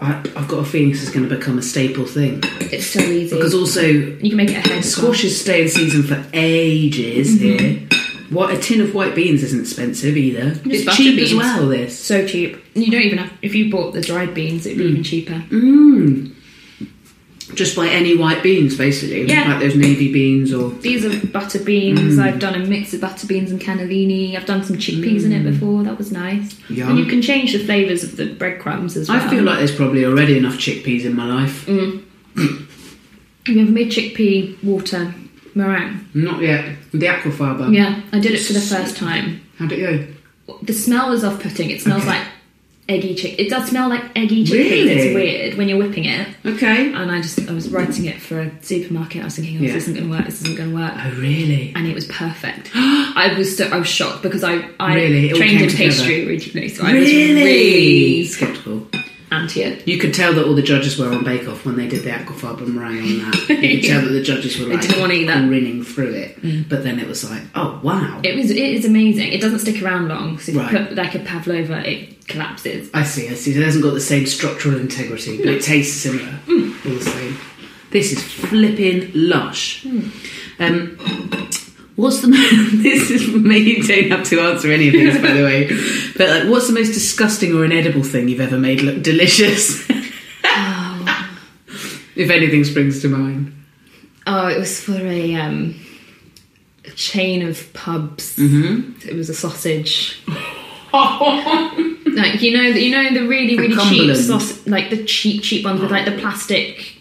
Speaker 1: I, I've got a feeling this is going to become a staple thing
Speaker 2: It's so easy.
Speaker 1: because also
Speaker 2: you can make it a head
Speaker 1: Squashes stay in season for ages
Speaker 2: Mm-hmm.
Speaker 1: here. What a tin of white beans isn't expensive either. it's
Speaker 2: butter
Speaker 1: cheap
Speaker 2: beans.
Speaker 1: as well. This Hmm.
Speaker 2: So cheap. You don't even have. If you bought the dried beans, it'd be even cheaper.
Speaker 1: Mm. just buy any white beans basically,
Speaker 2: Yeah.
Speaker 1: like those navy beans or
Speaker 2: These are butter beans.
Speaker 1: Mm.
Speaker 2: I've done a mix of butter beans and cannellini. I've done some chickpeas in it
Speaker 1: Mm.
Speaker 2: before. That was nice.
Speaker 1: Yum.
Speaker 2: And you can change the flavours of the breadcrumbs as well.
Speaker 1: I feel like there's probably already enough chickpeas in my life.
Speaker 2: Mm. Have you ever made chickpea water meringue?
Speaker 1: Not yet. The aquafaba.
Speaker 2: Yeah, I did it for the first time.
Speaker 1: How'd it go?
Speaker 2: The smell is off-putting. It smells like eggy chick. It does smell like eggy chickpeas.
Speaker 1: Really?
Speaker 2: It's weird when you're whipping it.
Speaker 1: Okay.
Speaker 2: And I just I was writing it for a supermarket. I was thinking, oh,
Speaker 1: Yeah.
Speaker 2: this isn't going to work. This isn't going to work.
Speaker 1: Oh really?
Speaker 2: and it was perfect. I was so, I was shocked because I, I
Speaker 1: Really? It all
Speaker 2: trained
Speaker 1: came
Speaker 2: in
Speaker 1: together.
Speaker 2: pastry originally, so I was really
Speaker 1: skeptical.
Speaker 2: anti it.
Speaker 1: You could tell that all the judges were on Bake Off when they did the aquafaba meringue on that. You could tell that the judges were
Speaker 2: They
Speaker 1: like
Speaker 2: didn't wanna eat that. Mm.
Speaker 1: grinning through it. But then it was like, oh wow.
Speaker 2: It was it is amazing. It doesn't stick around long. So if
Speaker 1: Right.
Speaker 2: you put like a pavlova, it collapses.
Speaker 1: I see, I see. So It hasn't got the same structural integrity, but it tastes similar.
Speaker 2: Mm.
Speaker 1: All the same. This is flipping lush.
Speaker 2: Mm.
Speaker 1: Um, what's the mo- this is for me? You don't have to answer any of these, by the way. But like, what's the most disgusting or inedible thing you've ever made look delicious? if anything springs to mind.
Speaker 2: Oh, it was for a um, a chain of pubs.
Speaker 1: Mm-hmm.
Speaker 2: It was a sausage. like you know, you know the really really cheap
Speaker 1: Cumberland.
Speaker 2: sauce, like the cheap cheap ones with like
Speaker 1: Oh.
Speaker 2: the plastic.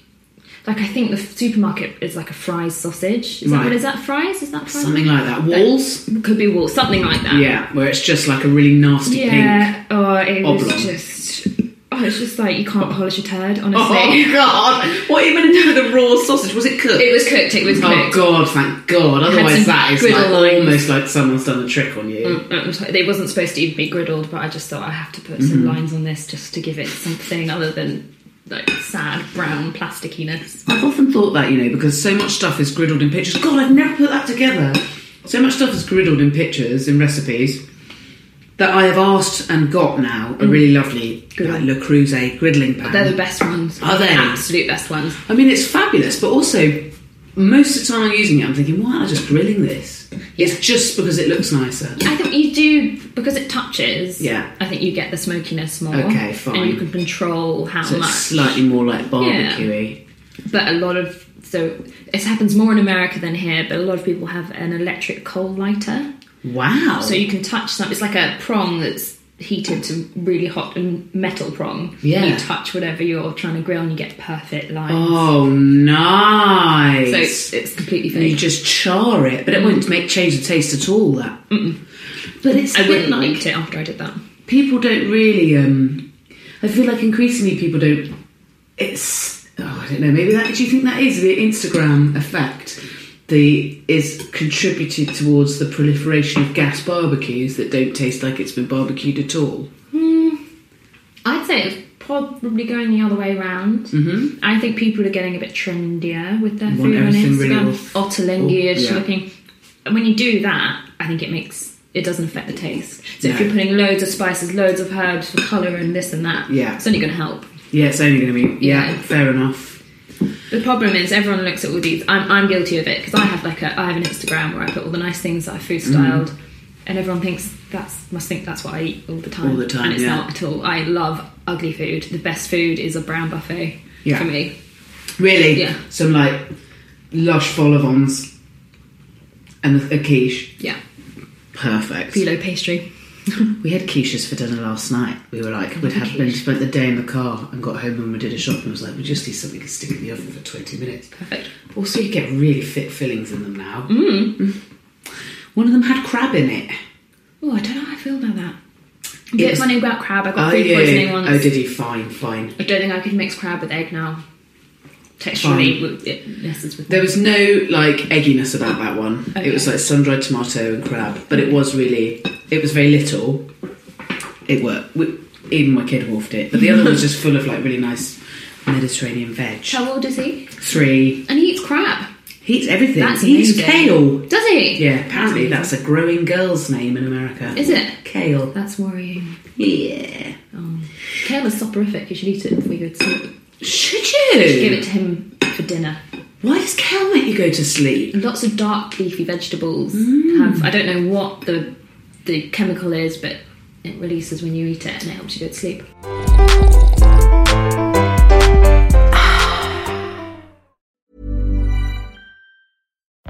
Speaker 2: Like I think the supermarket is like a fries sausage. Is that
Speaker 1: Right.
Speaker 2: what is that fries? Is that fries?
Speaker 1: Something like that. Walls.
Speaker 2: Could be wool, something like that.
Speaker 1: Yeah, where it's just like a really nasty pink.
Speaker 2: Yeah. Oh, it
Speaker 1: Oblong.
Speaker 2: was just. Oh, it's just like you can't polish a turd, honestly.
Speaker 1: Oh God! What are you going to do with a raw sausage? Was it cooked?
Speaker 2: It was cooked. It was
Speaker 1: Oh
Speaker 2: cooked.
Speaker 1: god, thank god. Otherwise
Speaker 2: some
Speaker 1: that is
Speaker 2: griddle
Speaker 1: like
Speaker 2: lines. Mm.
Speaker 1: almost like someone's done a trick on you.
Speaker 2: It was- It wasn't supposed to even be griddled, but I just thought I have to put
Speaker 1: Mm-hmm.
Speaker 2: some lines on this just to give it something other than like sad brown plasticiness.
Speaker 1: I've often thought that, you know, because so much stuff is griddled in pictures. God, I've never put that together. So much stuff is griddled in pictures, in recipes, that I have asked and got now a really lovely like, Le Creuset griddling pan.
Speaker 2: Mm. They're the best ones.
Speaker 1: Are they?
Speaker 2: Absolute best ones.
Speaker 1: I mean, it's fabulous, but also most of the time I'm using it, I'm thinking, why am I just grilling this? It's just because it looks nicer.
Speaker 2: I think you do because it touches.
Speaker 1: Yeah.
Speaker 2: I think you get the smokiness more.
Speaker 1: Okay, fine.
Speaker 2: And you can control how
Speaker 1: So
Speaker 2: much.
Speaker 1: it's slightly more like barbecue
Speaker 2: but a lot of so it happens more in America than here. But a lot of people have an electric coal lighter,
Speaker 1: Wow.
Speaker 2: so you can touch something. It's like a prong that's heated to really hot and metal prong.
Speaker 1: Yeah.
Speaker 2: you touch whatever you're trying to grill, and you get perfect lines.
Speaker 1: Oh, nice.
Speaker 2: so it's, it's completely
Speaker 1: and you
Speaker 2: fake.
Speaker 1: just char it, but it won't make change the taste at all. That, but it's
Speaker 2: I wouldn't
Speaker 1: like
Speaker 2: like it after I did that.
Speaker 1: people don't really. um I feel like increasingly people don't. It's oh, I don't know. Maybe that. Do you think that is the Instagram effect? The is contributed towards the proliferation of gas barbecues that don't taste like it's been barbecued at all.
Speaker 2: I'd say it's probably going the other way around. Mm-hmm. I think people are getting a bit trendier with their
Speaker 1: Want
Speaker 2: food on
Speaker 1: everything
Speaker 2: Instagram.
Speaker 1: really all-
Speaker 2: Ottolenghi
Speaker 1: all-
Speaker 2: is
Speaker 1: yeah.
Speaker 2: looking. And when you do that, I think it makes it doesn't affect the taste. So if
Speaker 1: No.
Speaker 2: you're putting loads of spices, loads of herbs for colour and this and that,
Speaker 1: Yeah.
Speaker 2: it's only going to help.
Speaker 1: Yeah, it's only going to be yeah,
Speaker 2: Yeah.
Speaker 1: fair enough.
Speaker 2: The problem is everyone looks at all these. I'm, I'm guilty of it because I have like a I have an Instagram where I put all the nice things that I food styled,
Speaker 1: Mm.
Speaker 2: and everyone thinks that's must think that's what I eat all the time.
Speaker 1: All the time,
Speaker 2: and it's
Speaker 1: yeah.
Speaker 2: not at all. I love ugly food. The best food is a brown buffet
Speaker 1: Yeah.
Speaker 2: for me.
Speaker 1: Really,
Speaker 2: Yeah.
Speaker 1: some like lush vol au vents and a- a quiche.
Speaker 2: Yeah,
Speaker 1: Perfect.
Speaker 2: filo pastry.
Speaker 1: We had quiches for dinner last night. We were like, we'd have been spent the day in the car and got home and we did a shop and was like, we just need something to stick in the oven for 20 minutes.
Speaker 2: Perfect.
Speaker 1: Also, you get really fit fillings in them now. Mm. One of them had crab in it.
Speaker 2: Oh, I don't know how I feel about that. A
Speaker 1: It
Speaker 2: bit
Speaker 1: was-
Speaker 2: funny about crab. I got
Speaker 1: Oh,
Speaker 2: food poisoning
Speaker 1: yeah.
Speaker 2: once.
Speaker 1: Oh, did he? Fine, fine.
Speaker 2: I don't think I could mix crab with egg now. Texturally,
Speaker 1: Fine.
Speaker 2: w- it messes with
Speaker 1: There
Speaker 2: me.
Speaker 1: was no like egginess about that one. It was
Speaker 2: Okay.
Speaker 1: like sun dried tomato and crab, but it was really, it was very little. It worked. We, even my kid wolfed it, but the other one was just full of like really nice Mediterranean veg.
Speaker 2: How old is he?
Speaker 1: Three.
Speaker 2: And he eats crab.
Speaker 1: He eats everything.
Speaker 2: That's
Speaker 1: he eats
Speaker 2: amazing.
Speaker 1: kale.
Speaker 2: Does he?
Speaker 1: Yeah, apparently that's a growing girl's name in America.
Speaker 2: Is it?
Speaker 1: Kale.
Speaker 2: That's worrying.
Speaker 1: Yeah.
Speaker 2: Kale is soporific. You should eat it before you go to sleep.
Speaker 1: Should
Speaker 2: Give
Speaker 1: you?
Speaker 2: it to him for dinner.
Speaker 1: Why does kale make you go to sleep?
Speaker 2: Lots of dark leafy vegetables
Speaker 1: Mm.
Speaker 2: have. I don't know what the the chemical is, but it releases when you eat it, and it helps you go to sleep.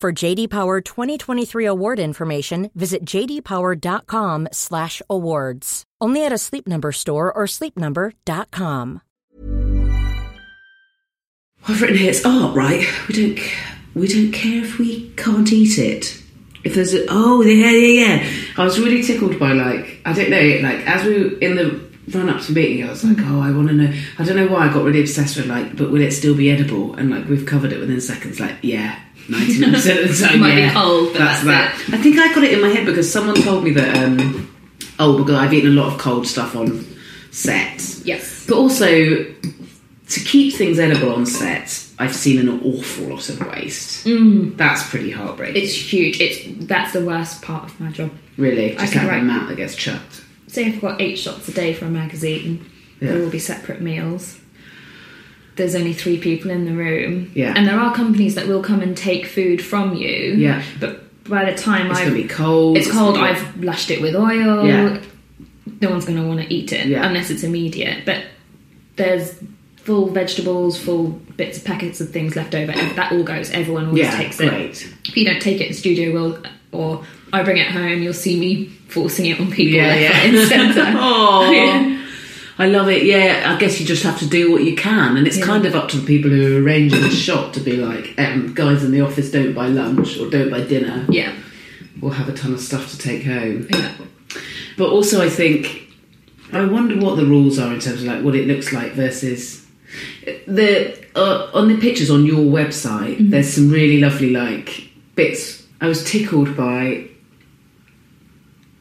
Speaker 4: For JD Power 2023 award information, visit jdpower.com/awards. Only at a Sleep Number store or sleepnumber.com.
Speaker 1: I've written here it's art, right? We don't c- we don't care if we can't eat it. If there's a oh yeah yeah yeah, I was really tickled by like I don't know like as we were in the run up to meeting, I was
Speaker 2: Mm.
Speaker 1: like oh I want to know I don't know why I got really obsessed with like but will it still be edible? And like we've covered it within seconds like yeah. 99% of the time,
Speaker 2: Might be
Speaker 1: yeah,
Speaker 2: cold, but that's
Speaker 1: that. I think I got it in my head because someone told me that, um, oh, because I've eaten a lot of cold stuff on set.
Speaker 2: Yes.
Speaker 1: But also, to keep things edible on set, I've seen an awful lot of waste. Mm. That's pretty heartbreaking.
Speaker 2: It's huge. It's that's the worst part of my job.
Speaker 1: really
Speaker 2: I
Speaker 1: just
Speaker 2: can
Speaker 1: that
Speaker 2: write- Mm.
Speaker 1: amount that gets chucked.
Speaker 2: Say I've got eight shots a day for a magazine.
Speaker 1: Yeah.
Speaker 2: There will be separate meals. There's only three people in the room.
Speaker 1: Yeah.
Speaker 2: And there are companies that will come and take food from you.
Speaker 1: Yeah.
Speaker 2: But by the time
Speaker 1: It's
Speaker 2: I
Speaker 1: gonna be cold.
Speaker 2: It's cold.
Speaker 1: gonna be-
Speaker 2: I've lushed it with oil.
Speaker 1: Yeah.
Speaker 2: No one's going to want to eat it
Speaker 1: Yeah.
Speaker 2: unless it's immediate. But there's full vegetables, full bits of packets of things left over. and That all goes. Everyone always
Speaker 1: yeah,
Speaker 2: takes it.
Speaker 1: great.
Speaker 2: If you don't take it, the studio will, or I bring it home. You'll see me forcing it on people.
Speaker 1: Yeah,
Speaker 2: left,
Speaker 1: yeah.
Speaker 2: right, and centre.
Speaker 1: Aw.
Speaker 2: Yeah.
Speaker 1: I love it. Yeah, I guess you just have to do what you can, and it's kind of up to the people who are arranging the shop to be like, um, guys in the office, don't buy lunch or don't buy dinner.
Speaker 2: Yeah.
Speaker 1: We'll have a ton of stuff to take home.
Speaker 2: Yeah.
Speaker 1: But also, I think I wonder what the rules are in terms of like what it looks like versus the uh, on the pictures on your website.
Speaker 2: Mm-hmm.
Speaker 1: There's some really lovely like bits. I was tickled by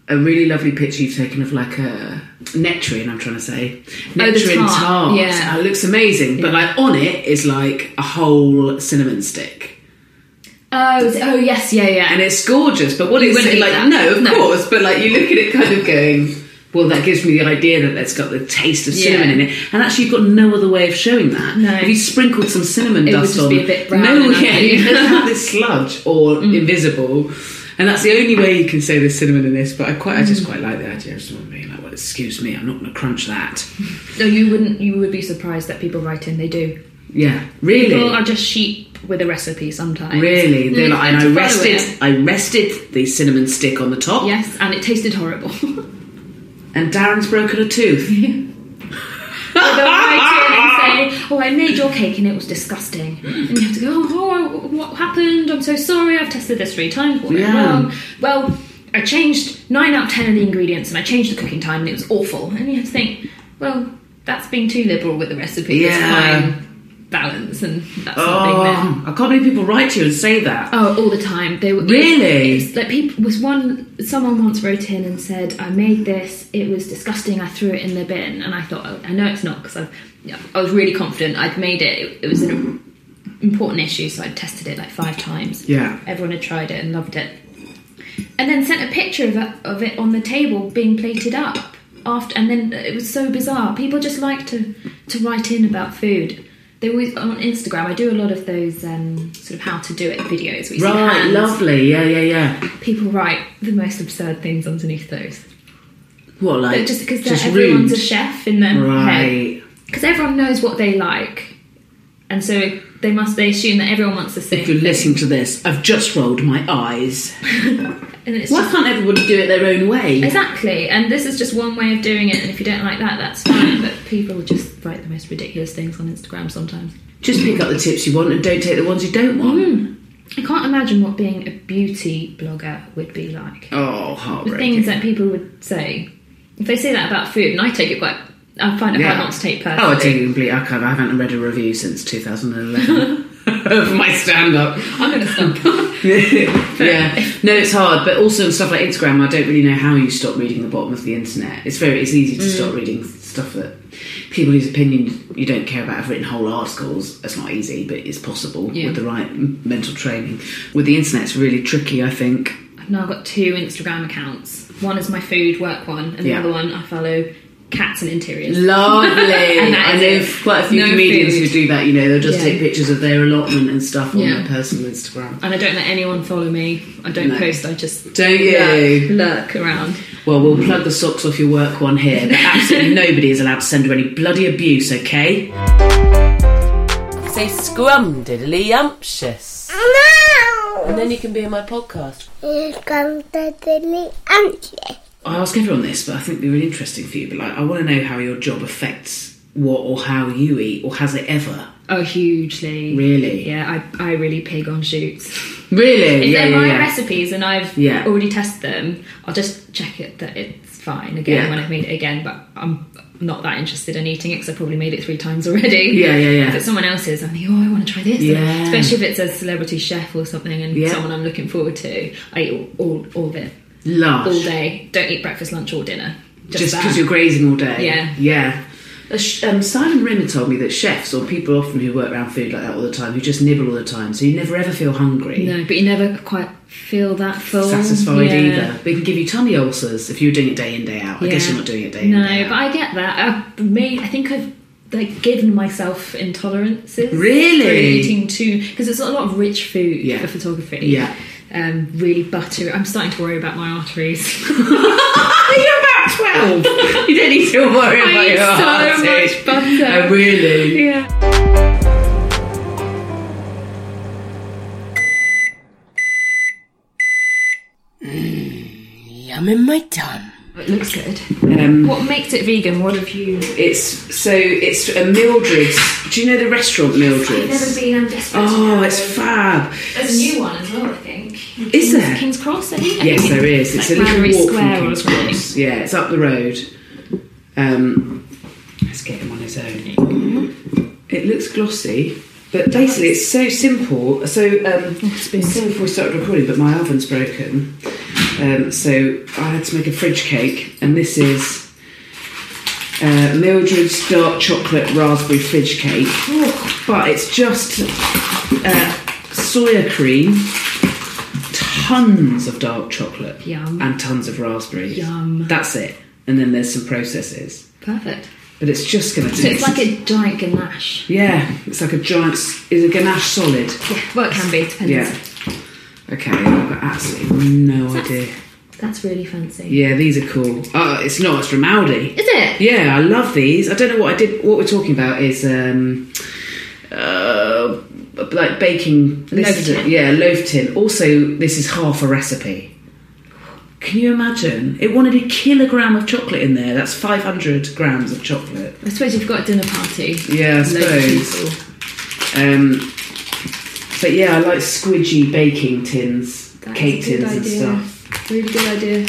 Speaker 1: a really lovely picture you've taken of like a nectarine. I'm trying to say
Speaker 2: Oh, the
Speaker 1: nectarine
Speaker 2: tart,
Speaker 1: tart.
Speaker 2: yeah.
Speaker 1: Oh, it looks amazing. But like on it is like a whole cinnamon stick.
Speaker 2: Oh, is it- oh yes, yeah, yeah.
Speaker 1: and it's gorgeous. But what
Speaker 2: You
Speaker 1: is
Speaker 2: wouldn't
Speaker 1: it
Speaker 2: eat
Speaker 1: like?
Speaker 2: that.
Speaker 1: No, of
Speaker 2: No.
Speaker 1: course. But like you look at it, kind of going, well, that gives me the idea that it's got the taste of cinnamon
Speaker 2: Yeah.
Speaker 1: in it. And actually, you've got no other way of showing that.
Speaker 2: No.
Speaker 1: If you sprinkled some cinnamon
Speaker 2: It would
Speaker 1: dust
Speaker 2: just
Speaker 1: on,
Speaker 2: be a bit brown
Speaker 1: no,
Speaker 2: and
Speaker 1: yeah,
Speaker 2: ugly. Mm.
Speaker 1: you just have this sludge or invisible. And that's the only way you can say there's cinnamon in this. But I quite, I
Speaker 2: Mm.
Speaker 1: just quite like the idea of someone being like, well, excuse me, I'm not going to crunch that.
Speaker 2: no, you wouldn't. You would be surprised that people write in. They do.
Speaker 1: Yeah, really.
Speaker 2: People are just sheep with a recipe sometimes.
Speaker 1: Really, they're
Speaker 2: Mm,
Speaker 1: like, and I
Speaker 2: to follow
Speaker 1: rested,
Speaker 2: it.
Speaker 1: I rested the cinnamon stick on the top.
Speaker 2: Yes, and it tasted horrible.
Speaker 1: and Darren's broken a tooth.
Speaker 2: They'll write in and say, "Oh, I made your cake and it was disgusting," and you have to go, "Oh, oh what happened? I'm so sorry. I've tested this three times. What went
Speaker 1: Yeah.
Speaker 2: wrong? Well, I changed nine out of ten of the ingredients, and I changed the cooking time, and it was awful." And you have to think, "Well, that's being too liberal with the recipe.
Speaker 1: Yeah.
Speaker 2: It's fine." balance, and that's not being met.
Speaker 1: Oh, I can't believe people write to you and say that.
Speaker 2: Oh, all the time. They were
Speaker 1: Really?
Speaker 2: it's like people was one. Someone once wrote in and said, "I made this. It was disgusting. I threw it in the bin." And I thought, oh, I know it's not because I, yeah, I was really confident. I'd made it. It, it was an important issue, so I tested it like five times.
Speaker 1: Yeah.
Speaker 2: everyone had tried it and loved it, and then sent a picture of it, of it on the table being plated up. After and then it was so bizarre. People just like to to write in about food. They always on Instagram. I do a lot of those um, sort of how to do it videos. Where you see
Speaker 1: Right,
Speaker 2: hands
Speaker 1: lovely. Yeah, yeah, yeah.
Speaker 2: people write the most absurd things underneath those.
Speaker 1: What, like?
Speaker 2: But just because they're- everyone's
Speaker 1: rude?
Speaker 2: a chef in their
Speaker 1: Right.
Speaker 2: Because everyone knows what they like, and so they must they assume that everyone wants the same.
Speaker 1: If you listen to this, I've just rolled my eyes.
Speaker 2: and it's
Speaker 1: Why
Speaker 2: just-
Speaker 1: can't everybody do it their own way?
Speaker 2: exactly. And this is just one way of doing it. And if you don't like that, that's fine. But people just write the most ridiculous things on Instagram sometimes.
Speaker 1: Just pick up the tips you want and don't take the ones you don't want.
Speaker 2: Mm. I can't imagine what being a beauty blogger would be like.
Speaker 1: Oh,
Speaker 2: the
Speaker 1: heartbreaking.
Speaker 2: things that people would say. If they say that about food, and I take it quite, I find it
Speaker 1: Yeah.
Speaker 2: hard not to take personally.
Speaker 1: Oh, I take it completely. I can't- I haven't read a review since 2011 of my stand up.
Speaker 2: I'm going to stop.
Speaker 1: yeah, no, it's hard, but also stuff like Instagram. I don't really know how you stop reading the bottom of the internet. It's very, it's easy to stop reading stuff that people whose opinion you don't care about have written whole articles. That's not easy, but it's possible
Speaker 2: Yeah.
Speaker 1: with the right m- mental training. With the internet, it's really tricky. I think.
Speaker 2: I've now got two Instagram accounts. One is my food work one, and
Speaker 1: Yeah.
Speaker 2: the other one I follow cats and interiors.
Speaker 1: Lovely.
Speaker 2: And
Speaker 1: I
Speaker 2: that is
Speaker 1: know
Speaker 2: it.
Speaker 1: f- quite a few
Speaker 2: No
Speaker 1: comedians
Speaker 2: food.
Speaker 1: who do that. You know, they'll just
Speaker 2: Yeah.
Speaker 1: take pictures of their allotment and stuff on
Speaker 2: Yeah.
Speaker 1: their personal Instagram.
Speaker 2: and I don't let anyone follow me. I don't
Speaker 1: No.
Speaker 2: post. I just
Speaker 1: Don't you?
Speaker 2: lurk, lurk around.
Speaker 1: Well, we'll plug the socks off your work one here, but absolutely nobody is allowed to send her any bloody abuse, okay?
Speaker 5: Say scrum diddly umptious. And then you can be in my podcast.
Speaker 1: I ask everyone this, but I think it'd be really interesting for you. But like, I want to know how your job affects what or how you eat, or has it ever?
Speaker 2: Oh, hugely.
Speaker 1: Really?
Speaker 2: Yeah, I, I really pig on shoots.
Speaker 1: Really?
Speaker 2: If
Speaker 1: yeah,
Speaker 2: they're
Speaker 1: yeah,
Speaker 2: my
Speaker 1: yeah.
Speaker 2: recipes and I've
Speaker 1: Yeah.
Speaker 2: already tested them, I'll just check it that it's fine again
Speaker 1: Yeah.
Speaker 2: when I've made it again. But I'm not that interested in eating it because I've probably made it three times already.
Speaker 1: Yeah, yeah, yeah.
Speaker 2: If it's someone else's, I'm like, oh, I want to try this.
Speaker 1: Yeah.
Speaker 2: Especially if it's a celebrity chef or something and
Speaker 1: Yeah.
Speaker 2: someone I'm looking forward to. I eat all, all, all of it
Speaker 1: Lush.
Speaker 2: all day. Don't eat breakfast, lunch, or dinner.
Speaker 1: Just
Speaker 2: that.
Speaker 1: because you're grazing all day.
Speaker 2: Yeah.
Speaker 1: Yeah. A sh- Um, Simon Rimmer told me that chefs or people often who work around food like that all the time, who just nibble all the time, so you never ever feel hungry.
Speaker 2: No, but you never quite feel that full.
Speaker 1: Satisfied
Speaker 2: Yeah.
Speaker 1: either. But it can give you tummy ulcers if you're doing it day in, day out. I guess
Speaker 2: Yeah.
Speaker 1: you're not doing it day in,
Speaker 2: No,
Speaker 1: day out.
Speaker 2: but I get that. I've made. I think I've like given myself intolerances.
Speaker 1: Really?
Speaker 2: through eating too because it's a lot of rich food
Speaker 1: Yeah.
Speaker 2: for photography.
Speaker 1: Yeah.
Speaker 2: Um, really buttery. I'm starting to worry about my arteries.
Speaker 1: You're about 12. you don't need to worry
Speaker 2: I
Speaker 1: about
Speaker 2: eat
Speaker 1: your
Speaker 2: so
Speaker 1: heart,
Speaker 2: much
Speaker 1: eh?
Speaker 2: butter.
Speaker 1: Oh, really?
Speaker 2: yeah.
Speaker 5: Yum in my tum.
Speaker 2: It looks good. what makes it vegan? What have you?
Speaker 1: Um, It's so it's a Mildred's. Do you know the restaurant Mildred's?
Speaker 2: been. I'm desperate.
Speaker 1: Oh, it's fab.
Speaker 2: There's a new one as well. I think. In
Speaker 1: Is
Speaker 2: King's,
Speaker 1: there?
Speaker 2: King's Cross? I think.
Speaker 1: Yes, there is. It's
Speaker 2: Like
Speaker 1: a
Speaker 2: Bowery
Speaker 1: little walk
Speaker 2: Square
Speaker 1: from
Speaker 2: or
Speaker 1: King's
Speaker 2: something.
Speaker 1: Cross. Yeah, it's up the road. Um, let's get him on his own. It looks glossy, but basically it's so simple. So um, so before we started recording, but my oven's broken, um, so I had to make a fridge cake, and this is. Uh, Mildred's dark chocolate raspberry fridge cake, but it's just uh, soya cream, tons of dark chocolate
Speaker 2: Yum.
Speaker 1: and tons of raspberries.
Speaker 2: Yum.
Speaker 1: That's it. And then there's some processes.
Speaker 2: Perfect.
Speaker 1: But it's just going to
Speaker 2: So
Speaker 1: taste.
Speaker 2: it's like a giant ganache.
Speaker 1: Yeah, it's like a giant. s- Is a ganache solid?
Speaker 2: Yeah, well, it can be. It depends.
Speaker 1: Yeah. Okay, I've got absolutely no idea.
Speaker 2: That's really fancy.
Speaker 1: Yeah, these are cool. Oh, it's not. It's from Aldi.
Speaker 2: Is it?
Speaker 1: Yeah, I love these. I don't know what I did. What we're talking about is um, uh, like baking. This
Speaker 2: Loaf
Speaker 1: is a-
Speaker 2: tin.
Speaker 1: yeah, loaf tin. Also, this is half a recipe. Can you imagine? It wanted a kilogram of chocolate in there. That's five hundred grams of chocolate.
Speaker 2: I suppose you've got a dinner party.
Speaker 1: Yeah, I
Speaker 2: Loads of
Speaker 1: suppose.
Speaker 2: people.
Speaker 1: Um, but yeah, I like squidgy baking tins,
Speaker 2: That's
Speaker 1: cake
Speaker 2: a good
Speaker 1: tins and
Speaker 2: idea.
Speaker 1: stuff.
Speaker 2: Really good idea.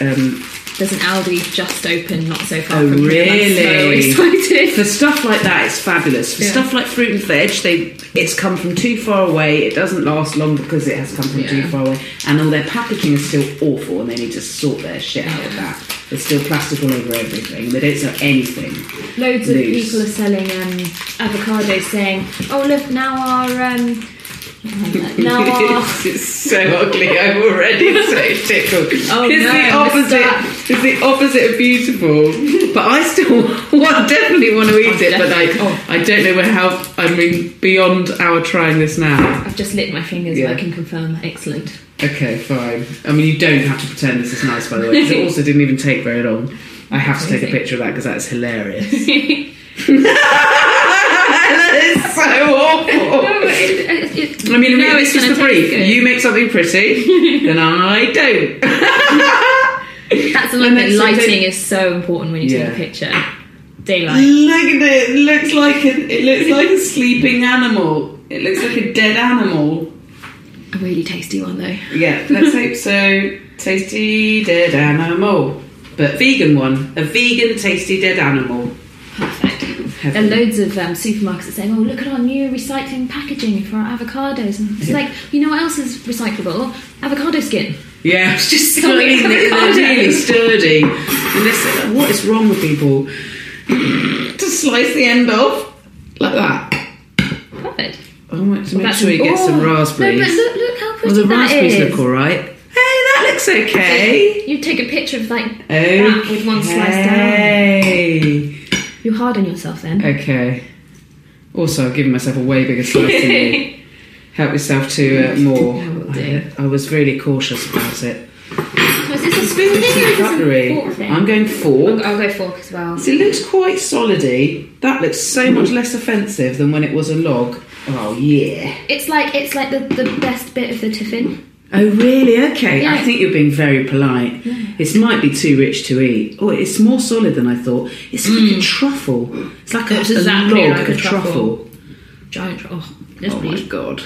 Speaker 1: Um,
Speaker 2: there's an Aldi just opened not so far
Speaker 1: Oh,
Speaker 2: from here. and I'm
Speaker 1: really?
Speaker 2: so excited.
Speaker 1: For stuff like that, it's fabulous. For
Speaker 2: Yeah.
Speaker 1: stuff like fruit and veg, they it's come from too far away. It doesn't last long because it has come from too
Speaker 2: Yeah.
Speaker 1: far away, and all their packaging is still awful, and they need to sort their shit out of that. There's still plastic all over everything. They don't sell anything.
Speaker 2: Loads of
Speaker 1: loose.
Speaker 2: people are selling um, avocados, saying, "Oh look, now our um, now our
Speaker 1: it's, it's so ugly. I'm already so tickled.
Speaker 2: Oh,
Speaker 1: it's the
Speaker 2: no, I'm
Speaker 1: opposite. It's the opposite of beautiful. But I still want, definitely want to eat it. But like,
Speaker 2: Oh.
Speaker 1: I don't know how. I mean, beyond our trying this now.
Speaker 2: I've just lit my fingers.
Speaker 1: Yeah.
Speaker 2: I can confirm. Excellent.
Speaker 1: Okay, fine. I mean, you don't have to pretend this is nice, by the way. 'cause it also didn't even take very long. I have to take a
Speaker 2: Amazing.
Speaker 1: picture of that because that's hilarious.
Speaker 2: no,
Speaker 1: that is so awful.
Speaker 2: but it, it, it,
Speaker 1: I mean,
Speaker 2: you know
Speaker 1: it's, just
Speaker 2: gonna
Speaker 1: the brief.
Speaker 2: taste
Speaker 1: You make something pretty, then I don't.
Speaker 2: good. That's the look that
Speaker 1: then something-
Speaker 2: lighting is so important when you
Speaker 1: Yeah.
Speaker 2: take a picture. Daylight.
Speaker 1: Look at it. It looks like a, it looks like a sleeping animal. It looks like a dead animal.
Speaker 2: A really tasty one though.
Speaker 1: Yeah, let's hope so. Tasty dead animal, but vegan one. A vegan tasty dead animal.
Speaker 2: Perfect. There are
Speaker 1: Heaven.
Speaker 2: loads of um, supermarkets saying, "Oh, look at our new recycling packaging for our avocados." And it's like, you know what else is recyclable? Avocado skin.
Speaker 1: Yeah, it's just
Speaker 2: so
Speaker 1: something that they're
Speaker 2: hard.
Speaker 1: really sturdy. And this, what is wrong with people? to slice the end off like that.
Speaker 2: Perfect.
Speaker 1: I want to make
Speaker 2: Well, that's-
Speaker 1: sure you get some
Speaker 2: oh,
Speaker 1: raspberries.
Speaker 2: No, but look, look how pretty
Speaker 1: well, the
Speaker 2: that
Speaker 1: raspberries
Speaker 2: is.
Speaker 1: look all right. Hey, that looks okay.
Speaker 2: You take a picture of like
Speaker 1: Okay.
Speaker 2: that with one slice down. You harden yourself then.
Speaker 1: Okay. Also, I've given myself a way bigger slice than you. Help yourself to uh, more.
Speaker 2: I will do.
Speaker 1: I, I was really cautious about it.
Speaker 2: Was this a spoon thing or is this a
Speaker 1: Cutlery.
Speaker 2: fork thing?
Speaker 1: I'm going fork.
Speaker 2: I'll, I'll go fork as well.
Speaker 1: So It looks quite solidy. That looks so much less offensive than when it was a log. Oh yeah.
Speaker 2: It's like it's like the, the best bit of the tiffin.
Speaker 1: Oh really? Okay. I
Speaker 2: Yeah.
Speaker 1: think you're being very polite. It might be too rich to eat. Oh, it's more solid than I thought. It's like
Speaker 2: Mm.
Speaker 1: a truffle. It's like a,
Speaker 2: It's
Speaker 1: a
Speaker 2: exactly
Speaker 1: log
Speaker 2: like
Speaker 1: of
Speaker 2: a truffle.
Speaker 1: truffle.
Speaker 2: Giant. tr- Oh, yes,
Speaker 1: Oh my
Speaker 2: please.
Speaker 1: god.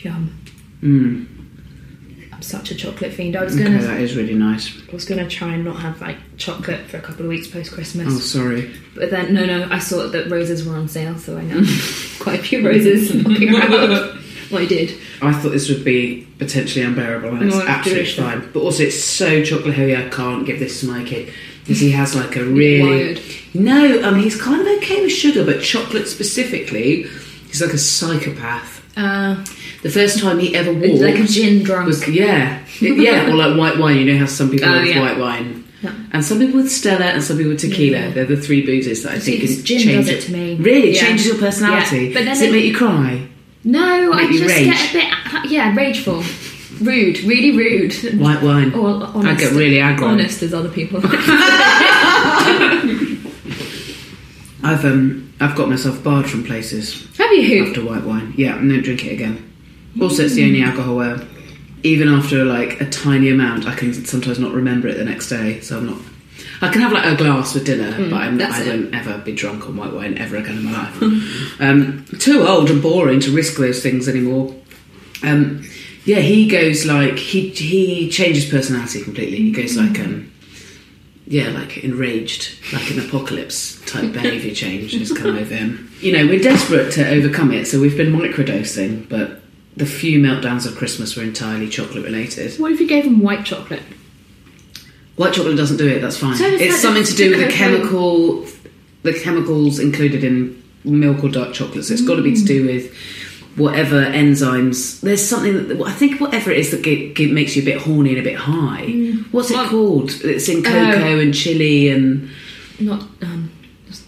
Speaker 2: Yum.
Speaker 1: Mm.
Speaker 2: I'm such a chocolate fiend. I was
Speaker 1: Okay,
Speaker 2: gonna
Speaker 1: that is really nice.
Speaker 2: I was gonna try and not have like chocolate for a couple of weeks post Christmas.
Speaker 1: Oh sorry.
Speaker 2: But then, no, no, I saw that roses were on sale, so I know quite a few roses knocking around. Well, I did.
Speaker 1: I thought this would be potentially unbearable, and it's
Speaker 2: No, it's
Speaker 1: absolutely
Speaker 2: delicious.
Speaker 1: fine. But also, it's so chocolate heavy. I can't give this to my kid because he has like a really
Speaker 2: Wired.
Speaker 1: no. I mean, he's kind of okay with sugar, but chocolate specifically, he's like a psychopath.
Speaker 2: Uh,
Speaker 1: The first time he ever walked,
Speaker 2: like a gin drunk.
Speaker 1: was yeah, yeah, or like white wine. You know how some people
Speaker 2: Oh,
Speaker 1: love
Speaker 2: yeah.
Speaker 1: white wine.
Speaker 2: Yeah.
Speaker 1: And some people with Stella and some people with tequila. They're the three boozers that I
Speaker 2: See,
Speaker 1: think
Speaker 2: this
Speaker 1: can
Speaker 2: gin
Speaker 1: change
Speaker 2: does it to me.
Speaker 1: Really,
Speaker 2: Yeah.
Speaker 1: changes your personality.
Speaker 2: Yeah. But then
Speaker 1: Does
Speaker 2: it-
Speaker 1: it make you cry?
Speaker 2: no, I
Speaker 1: Make you
Speaker 2: just
Speaker 1: rage.
Speaker 2: get a bit, uh, yeah, rageful. Rude, really rude.
Speaker 1: White wine.
Speaker 2: Or honest.
Speaker 1: I get really aggro.
Speaker 2: Honest as other people.
Speaker 1: I've um I've got myself barred from places
Speaker 2: Have you?
Speaker 1: after white wine. Yeah, and don't drink it again. Also, it's the
Speaker 2: Mm.
Speaker 1: only alcohol where, even after like a tiny amount, I can sometimes not remember it the next day. So I'm not. I can have like a glass with dinner, but I'm,
Speaker 2: Mm, that's
Speaker 1: I
Speaker 2: it.
Speaker 1: won't ever be drunk on white wine ever again in my life. um, too old and boring to risk those things anymore. Um, yeah, he goes like he he changes personality completely. He goes like um yeah, like enraged, like an apocalypse type behaviour change has come over him. You know, we're desperate to overcome it, so we've been microdosing, but the few meltdowns of Christmas were entirely chocolate related.
Speaker 2: What if you gave him white chocolate?
Speaker 1: White chocolate doesn't do it, that's fine.
Speaker 2: So it's
Speaker 1: it's
Speaker 2: like
Speaker 1: something
Speaker 2: the-
Speaker 1: to do with the
Speaker 2: okay.
Speaker 1: chemical, the chemicals included in milk or dark chocolate, so it's got to be to do with whatever enzymes. There's something that, I think whatever it is that ge- ge- makes you a bit horny and a bit high. What's it called? It's in cocoa and chili and.
Speaker 2: Not, um, just-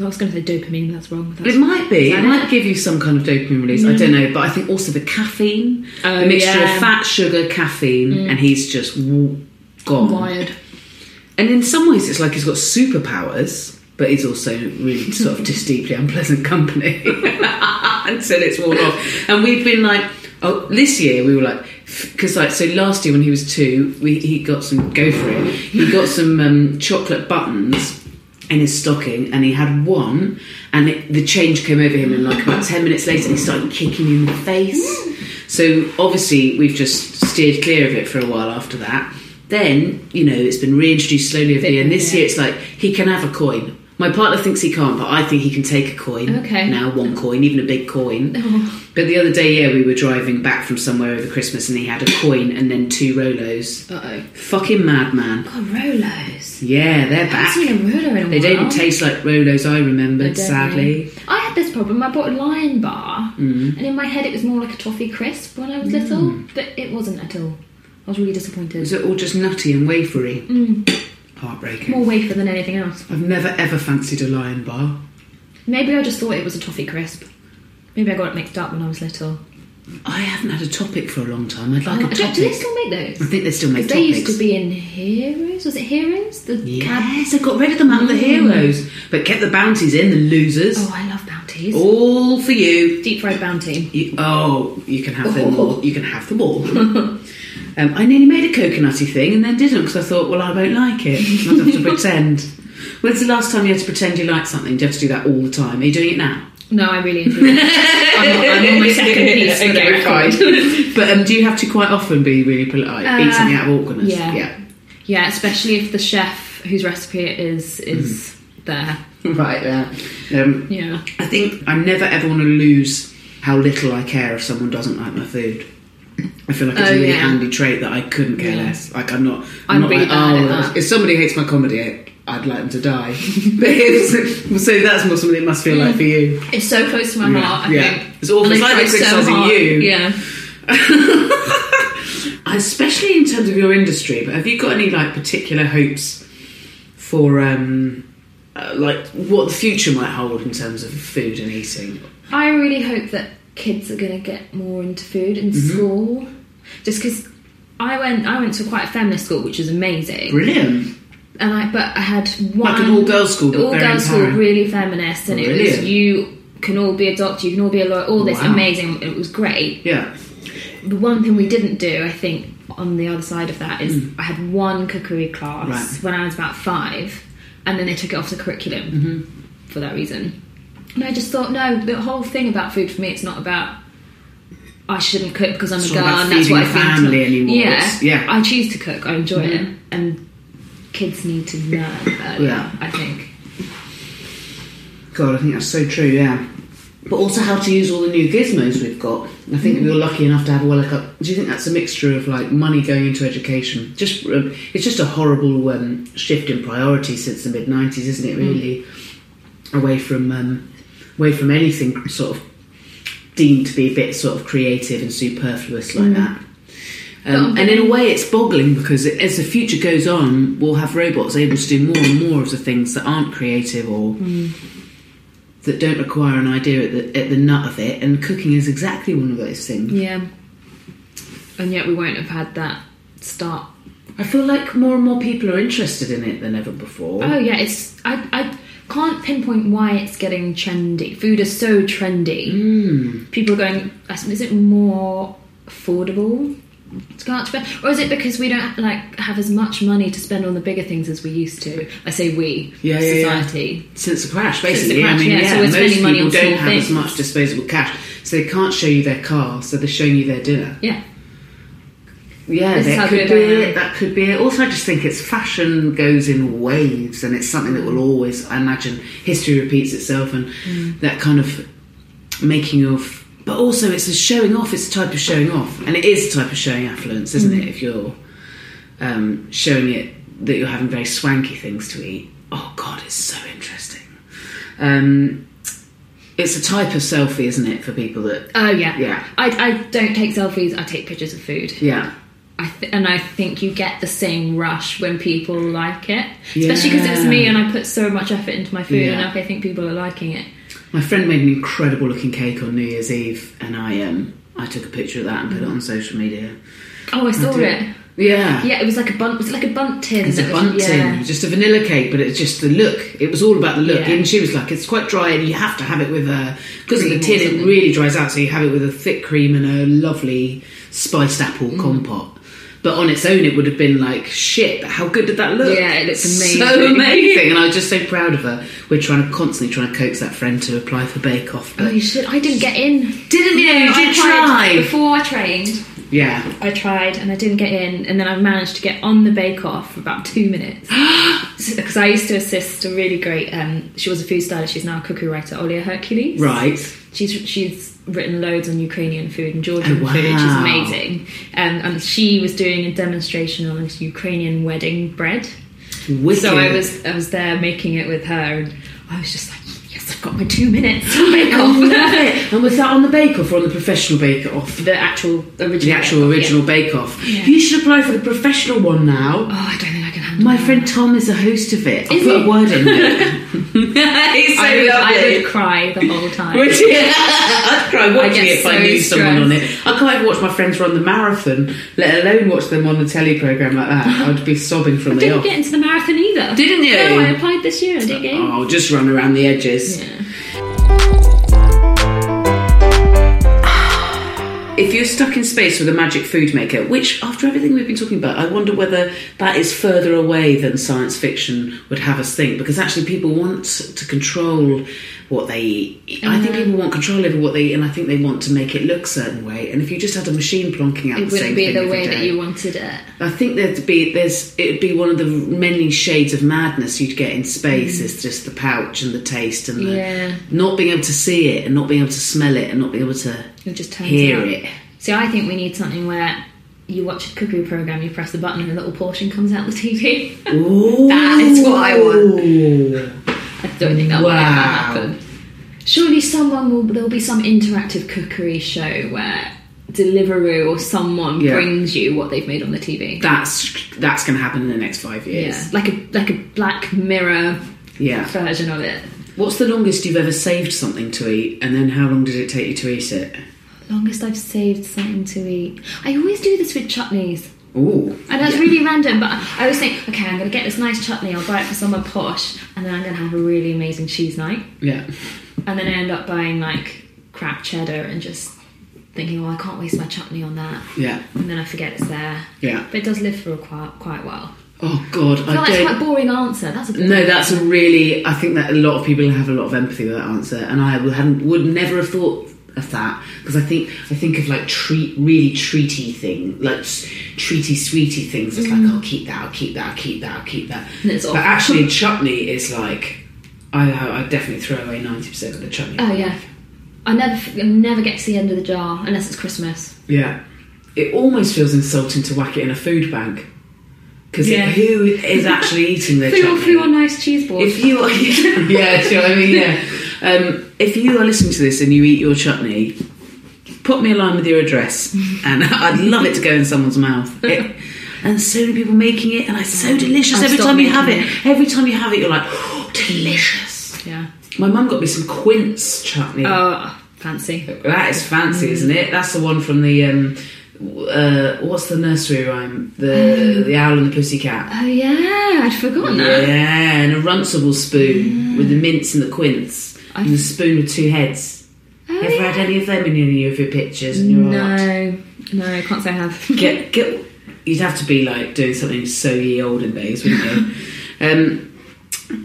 Speaker 2: I was going to say dopamine, that's wrong. That's
Speaker 1: It might be.
Speaker 2: Is
Speaker 1: It
Speaker 2: that
Speaker 1: might give you some kind of dopamine release. I don't know, but I think also the caffeine,
Speaker 2: Mm. Oh,
Speaker 1: the mixture
Speaker 2: yeah. Mm.
Speaker 1: of fat, sugar, caffeine, and he's just w- gone.
Speaker 2: Wired.
Speaker 1: And in some ways, it's like he's got superpowers, but he's also really sort of just deeply unpleasant company until it's worn off. And we've been like, oh, this year we were like, because like so last year when he was two, we, he got some go for it. He got some um, chocolate buttons in his stocking, and he had one, and it, the change came over him. And like about ten minutes later, he started kicking me in the face. So obviously, we've just steered clear of it for a while after that. Then, you know, it's been reintroduced slowly every year, and this year it's like he can have a coin. My partner thinks he can't, but I think he can take a coin
Speaker 2: Okay.
Speaker 1: now, one coin, even a big coin.
Speaker 2: Oh.
Speaker 1: But the other day, yeah, we were driving back from somewhere over Christmas, and he had a coin and then two Rolos.
Speaker 2: Uh-oh.
Speaker 1: Fucking madman.
Speaker 2: God, Rolos.
Speaker 1: Yeah, they're
Speaker 2: I haven't
Speaker 1: back.
Speaker 2: seen a Rolo in a
Speaker 1: They
Speaker 2: while.
Speaker 1: don't taste like Rolos I
Speaker 2: I
Speaker 1: remembered,
Speaker 2: don't know.
Speaker 1: sadly.
Speaker 2: I had this problem. I bought a Lion Bar,
Speaker 1: Mm.
Speaker 2: and in my head it was more like a toffee crisp when I was little, but it wasn't at all. I was really disappointed.
Speaker 1: Is it all just nutty and wafery?
Speaker 2: Mm,
Speaker 1: Heartbreaking.
Speaker 2: more wafer than anything else.
Speaker 1: I've never ever fancied a lion bar.
Speaker 2: Maybe I just thought it was a toffee crisp. Maybe I got it mixed up when I was little.
Speaker 1: I haven't had a topic for a long time. I'd like
Speaker 2: Oh,
Speaker 1: a
Speaker 2: do,
Speaker 1: topic.
Speaker 2: do they still make those?
Speaker 1: I think they still make
Speaker 2: Because they used
Speaker 1: topics.
Speaker 2: to be in Heroes. Was it Heroes? The
Speaker 1: Yes, they got rid of them out of the heroes, but kept the bounties in, the losers.
Speaker 2: Mm. Oh, I love bounties.
Speaker 1: All for you.
Speaker 2: Deep fried bounty.
Speaker 1: You- oh, you can have them all. You can have them all. um, I nearly made a coconutty thing and then didn't because I thought, well, I won't like it. I'd have to pretend. When's the last time you had to pretend you liked something? Do you have to do that all the time? Are you doing it now?
Speaker 2: No, I really enjoy it. I'm, on- I'm on my second piece. for the
Speaker 1: Okay,
Speaker 2: record.
Speaker 1: fine. but um, do you have to quite often be really polite?
Speaker 2: Uh,
Speaker 1: eat something out of awkwardness?
Speaker 2: yeah.
Speaker 1: yeah.
Speaker 2: Yeah, especially if the chef whose recipe it is is
Speaker 1: Mm-hmm.
Speaker 2: there.
Speaker 1: Right, yeah. Um,
Speaker 2: Yeah.
Speaker 1: I think I never ever want to lose how little I care if someone doesn't like my food. I feel like it's
Speaker 2: Oh,
Speaker 1: a really
Speaker 2: yeah.
Speaker 1: handy trait that I couldn't care
Speaker 2: Yeah.
Speaker 1: less. Like I'm not, I'm,
Speaker 2: I'm
Speaker 1: not
Speaker 2: really
Speaker 1: like,
Speaker 2: bad
Speaker 1: oh,
Speaker 2: at that."
Speaker 1: if somebody hates my comedy, I- I'd like them to die. but if, so that's what something it must feel like for you.
Speaker 2: It's so close to my
Speaker 1: Yeah,
Speaker 2: heart. I
Speaker 1: yeah.
Speaker 2: think.
Speaker 1: It's awful.
Speaker 2: And
Speaker 1: It's
Speaker 2: I
Speaker 1: like they're
Speaker 2: try
Speaker 1: criticising
Speaker 2: hard.
Speaker 1: you.
Speaker 2: Yeah.
Speaker 1: Especially in terms of your industry, but have you got any like particular hopes for um, uh, like what the future might hold in terms of food and eating?
Speaker 2: I really hope that kids are going to get more into food in
Speaker 1: Mm-hmm.
Speaker 2: school, just because I went I went to quite a feminist school, which is amazing.
Speaker 1: Brilliant.
Speaker 2: And I but I had one
Speaker 1: an all-girls school, but
Speaker 2: all
Speaker 1: very
Speaker 2: girls school,
Speaker 1: empowering.
Speaker 2: really feminist, and it was
Speaker 1: Brilliant.
Speaker 2: you can all be a doctor, you can all be a lawyer, all this
Speaker 1: Wow.
Speaker 2: amazing. It was great.
Speaker 1: Yeah.
Speaker 2: The one thing we didn't do, I think, on the other side of that is I had one cookery class
Speaker 1: Mm. Right.
Speaker 2: when I was about five, and then they took it off the curriculum
Speaker 1: Mm-hmm.
Speaker 2: for that reason. And I just thought, no, the whole thing about food for me, it's not about I shouldn't cook because I'm
Speaker 1: It's
Speaker 2: a
Speaker 1: not
Speaker 2: girl
Speaker 1: about
Speaker 2: and that's
Speaker 1: feeding
Speaker 2: what I
Speaker 1: the
Speaker 2: feed to my-
Speaker 1: family anymore.
Speaker 2: Yeah,
Speaker 1: It's- yeah. Mm-hmm.
Speaker 2: I choose to cook. I enjoy it, and kids need to learn early,
Speaker 1: Yeah.
Speaker 2: I think.
Speaker 1: God, I think that's so true, yeah. But also how to use all the new gizmos we've got. I think we were lucky enough to have a well up. Do you think that's a mixture of like money going into education? Just um, it's just a horrible um, shift in priority since the mid '90s, isn't it? Really, away from um, away from anything sort of deemed to be a bit sort of creative and superfluous like that. Um, and in a way, it's boggling because as the future goes on, we'll have robots able to do more and more of the things that aren't creative or that don't require an idea at the, at the nut of it. And cooking is exactly one of those things.
Speaker 2: Yeah, and yet we won't have had that start
Speaker 1: I feel like more and more people are interested in it than ever before.
Speaker 2: Oh yeah, it's I I can't pinpoint why it's getting trendy. Food is so trendy.
Speaker 1: Hmm.
Speaker 2: People are going. Is it more affordable to go out to bed, or is it because we don't like have as much money to spend on the bigger things as we used to? I say we,
Speaker 1: Yeah, yeah, yeah.
Speaker 2: society.
Speaker 1: Since the crash,
Speaker 2: Since
Speaker 1: basically.
Speaker 2: the crash,
Speaker 1: I mean,
Speaker 2: yeah,
Speaker 1: yeah,
Speaker 2: so we're
Speaker 1: most
Speaker 2: spending
Speaker 1: people
Speaker 2: money on
Speaker 1: don't
Speaker 2: small
Speaker 1: have as
Speaker 2: things.
Speaker 1: much disposable cash, so they can't show you their car, so they're showing you their dinner.
Speaker 2: Yeah,
Speaker 1: Yeah,
Speaker 2: This is how
Speaker 1: that
Speaker 2: good
Speaker 1: could be
Speaker 2: I am.
Speaker 1: it. That could be it. Also, I just think it's fashion goes in waves, and it's something that will always. I imagine history repeats itself, and
Speaker 2: Mm.
Speaker 1: that kind of making of. But also, it's a showing off. It's a type of showing off, and it is a type of showing affluence, isn't
Speaker 2: Mm.
Speaker 1: it? If you're um, showing it that you're having very swanky things to eat. Oh God, it's so interesting. Um, it's a type of selfie, isn't it, for people that?
Speaker 2: oh yeah,
Speaker 1: Yeah.
Speaker 2: I I don't take selfies. I take pictures of food.
Speaker 1: Yeah.
Speaker 2: I th- and I think you get the same rush when people like it, especially because it was me
Speaker 1: Yeah.
Speaker 2: and I put so much effort into my food,
Speaker 1: Yeah.
Speaker 2: and I think people are liking it.
Speaker 1: My friend made an incredible looking cake on New Year's Eve, and I um I took a picture of that and put it on social media.
Speaker 2: Oh, I Mm. saw
Speaker 1: do.
Speaker 2: it.
Speaker 1: Yeah,
Speaker 2: Yeah, it was like a bunt. Was it like a bunt tin?
Speaker 1: It's a
Speaker 2: that was-
Speaker 1: bunting,
Speaker 2: Yeah.
Speaker 1: just a vanilla cake, but it's just the look. It was all about the look.
Speaker 2: Yeah.
Speaker 1: Even she was like, "It's quite dry, and you have to have it with a because of the
Speaker 2: Cream or
Speaker 1: tin, it
Speaker 2: something. Mm.
Speaker 1: really dries out. So you have it with a thick cream and a lovely spiced apple compote." But on its own, it would have been like shit. But how good did that look?
Speaker 6: Yeah, it looks
Speaker 1: so
Speaker 6: amazing.
Speaker 1: amazing, and I was just so proud of her. We're trying to constantly trying to coax that friend to apply for Bake Off.
Speaker 2: Oh, you should. I didn't get in.
Speaker 1: Didn't you?
Speaker 2: No,
Speaker 1: You
Speaker 2: I
Speaker 1: did
Speaker 2: tried
Speaker 1: try.
Speaker 2: before I trained.
Speaker 1: Yeah,
Speaker 2: I tried and I didn't get in, and then I managed to get on the Bake Off for about two minutes because I used to assist a really great. Um, she was a food stylist. She's now a cookery writer, Olia Hercules.
Speaker 1: right.
Speaker 2: She's she's written loads on Ukrainian food and Georgian
Speaker 1: Oh, wow.
Speaker 2: food. She's amazing. Um, and she was doing a demonstration on this Ukrainian wedding bread.
Speaker 1: Wicked.
Speaker 2: So I was I was there making it with her, and I was just like, yes, I've got my two minutes to make
Speaker 1: I love
Speaker 2: off. Oh,
Speaker 1: it. and was that on the Bake Off or on the professional Bake Off?
Speaker 2: the actual original.
Speaker 1: The actual original Bake Off. You should apply for the professional one now.
Speaker 2: Oh, I don't think I can handle.
Speaker 1: My friend Tom is the host of it. I'll
Speaker 2: Is
Speaker 1: put
Speaker 2: he?
Speaker 1: a word in there.
Speaker 2: It's
Speaker 1: so
Speaker 2: I would, I
Speaker 1: lovely.
Speaker 2: would cry the whole time.
Speaker 1: Would you? I'd cry
Speaker 2: I
Speaker 1: watching
Speaker 2: get
Speaker 1: it if I
Speaker 2: so
Speaker 1: knew someone on it.
Speaker 2: stressed.
Speaker 1: I can't even watch my friends run the marathon, let alone watch them on the telly program like that. I'd be sobbing
Speaker 2: I
Speaker 1: from the
Speaker 2: didn't
Speaker 1: off.
Speaker 2: get into the marathon either.
Speaker 1: Didn't you?
Speaker 2: No, I applied this year and I didn't get in.
Speaker 1: Oh, just run around the edges. If you're stuck in space with a magic food maker, which after everything we've been talking about, I wonder whether that is further away than science fiction would have us think, because actually people want to control what they eat. I
Speaker 2: Mm-hmm.
Speaker 1: think people want control over what they eat, and I think they want to make it look a certain way. And if you just had a machine plonking out the
Speaker 2: It
Speaker 1: same
Speaker 2: wouldn't be
Speaker 1: thing
Speaker 2: the
Speaker 1: every
Speaker 2: way
Speaker 1: day-
Speaker 2: that you wanted it.
Speaker 1: I think there'd be there's it'd be one of the many shades of madness you'd get in space is just the pouch and the taste and the
Speaker 2: Mm. Yeah.
Speaker 1: not being able to see it and not being able to smell it and not being able to
Speaker 2: It just turns
Speaker 1: hear
Speaker 2: out.
Speaker 1: it.
Speaker 2: See, I think we need something where you watch a cookery program, you press the button, and a little portion comes out the TV.
Speaker 1: Ooh.
Speaker 2: That is what I want.
Speaker 1: want.
Speaker 2: I don't think that will ever
Speaker 1: Wow.
Speaker 2: happen. Surely someone will. There'll be some interactive cookery show where Deliveroo or someone
Speaker 1: Yeah.
Speaker 2: brings you what they've made on the TV.
Speaker 1: That's that's going to happen in the next five
Speaker 2: yeah,
Speaker 1: years.
Speaker 2: like a like a Black Mirror
Speaker 1: Yeah.
Speaker 2: version of it.
Speaker 1: What's the longest you've ever saved something to eat, and then how long did it take you to eat it?
Speaker 2: Longest I've saved something to eat. I always do this with chutneys.
Speaker 1: Ooh.
Speaker 2: And that's really random, but I always think, okay, I'm going to get this nice chutney, I'll buy it for somewhere posh, and then I'm going to have a really amazing cheese night.
Speaker 1: Yeah.
Speaker 2: And then I end up buying like crap cheddar and just thinking, well, I can't waste my chutney on that.
Speaker 1: Yeah.
Speaker 2: And then I forget it's there.
Speaker 1: Yeah.
Speaker 2: But it does live for a quite, quite a while.
Speaker 1: Oh God,
Speaker 2: I feel
Speaker 1: I
Speaker 2: like
Speaker 1: don't.
Speaker 2: it's quite a boring answer. That's a boring
Speaker 1: No, that's a
Speaker 2: answer.
Speaker 1: really. I think that a lot of people have a lot of empathy with that answer, and I would, hadn't, would never have thought of that because I think I think of like treat really treaty thing, like s- treaty sweetie things. It's like I'll keep that, I'll keep that, I'll keep that, I'll keep that.
Speaker 2: Mm-hmm. And it's
Speaker 1: but
Speaker 2: awful.
Speaker 1: actually, chutney is like I I I'd definitely throw away ninety percent of the chutney.
Speaker 2: Oh, yeah. I never, I never get to the end of the jar unless it's Christmas.
Speaker 1: Yeah, it almost feels insulting to whack it in a food bank because
Speaker 2: Yeah.
Speaker 1: who is actually eating their
Speaker 2: Through
Speaker 1: chutney?
Speaker 2: through our nice cheese board.
Speaker 1: If you are, yeah, do you know what I mean? Yeah. Um, if you are listening to this and you eat your chutney, put me a line with your address, and I'd love it to go in someone's mouth. It- and so many people making it, and it's so delicious.
Speaker 2: I've
Speaker 1: every
Speaker 2: stopped
Speaker 1: time you have
Speaker 2: making
Speaker 1: it, every time you have it, you're like, oh, delicious.
Speaker 2: yeah.
Speaker 1: My mum got me some quince chutney.
Speaker 2: Oh, Mm. fancy.
Speaker 1: That is fancy, isn't it? That's the one from the um, uh, what's the nursery rhyme?
Speaker 2: Um,
Speaker 1: The the owl and the pussycat.
Speaker 2: Oh, yeah. I'd forgotten that.
Speaker 1: Yeah, and a runcible spoon with the mince and the quince, and the spoon with two heads. Ever had any of them in any of your pictures and your art?
Speaker 2: Oh, No, no, I can't say I have.
Speaker 1: Get get. You'd have to be like doing something so ye olden days, wouldn't you? um,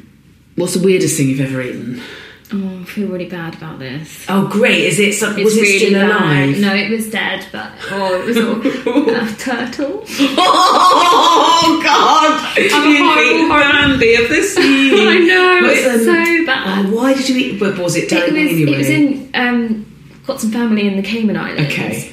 Speaker 1: what's the weirdest thing you've ever eaten?
Speaker 2: Oh, I feel really bad about this.
Speaker 1: Oh, great! Is it something? Was it
Speaker 2: really
Speaker 1: still
Speaker 2: bad.
Speaker 1: alive?
Speaker 2: No, it was dead, but oh, it was all a turtle.
Speaker 1: Oh God!
Speaker 2: I'm a
Speaker 1: You
Speaker 2: horrible,
Speaker 1: eat brandy of the sea.
Speaker 2: I know,
Speaker 1: What's
Speaker 2: it's
Speaker 1: the-
Speaker 2: so bad.
Speaker 1: Oh, why did you eat? But was it down
Speaker 2: It was,
Speaker 1: anyway?
Speaker 2: it was in um, got some family in the Cayman Islands.
Speaker 1: Okay.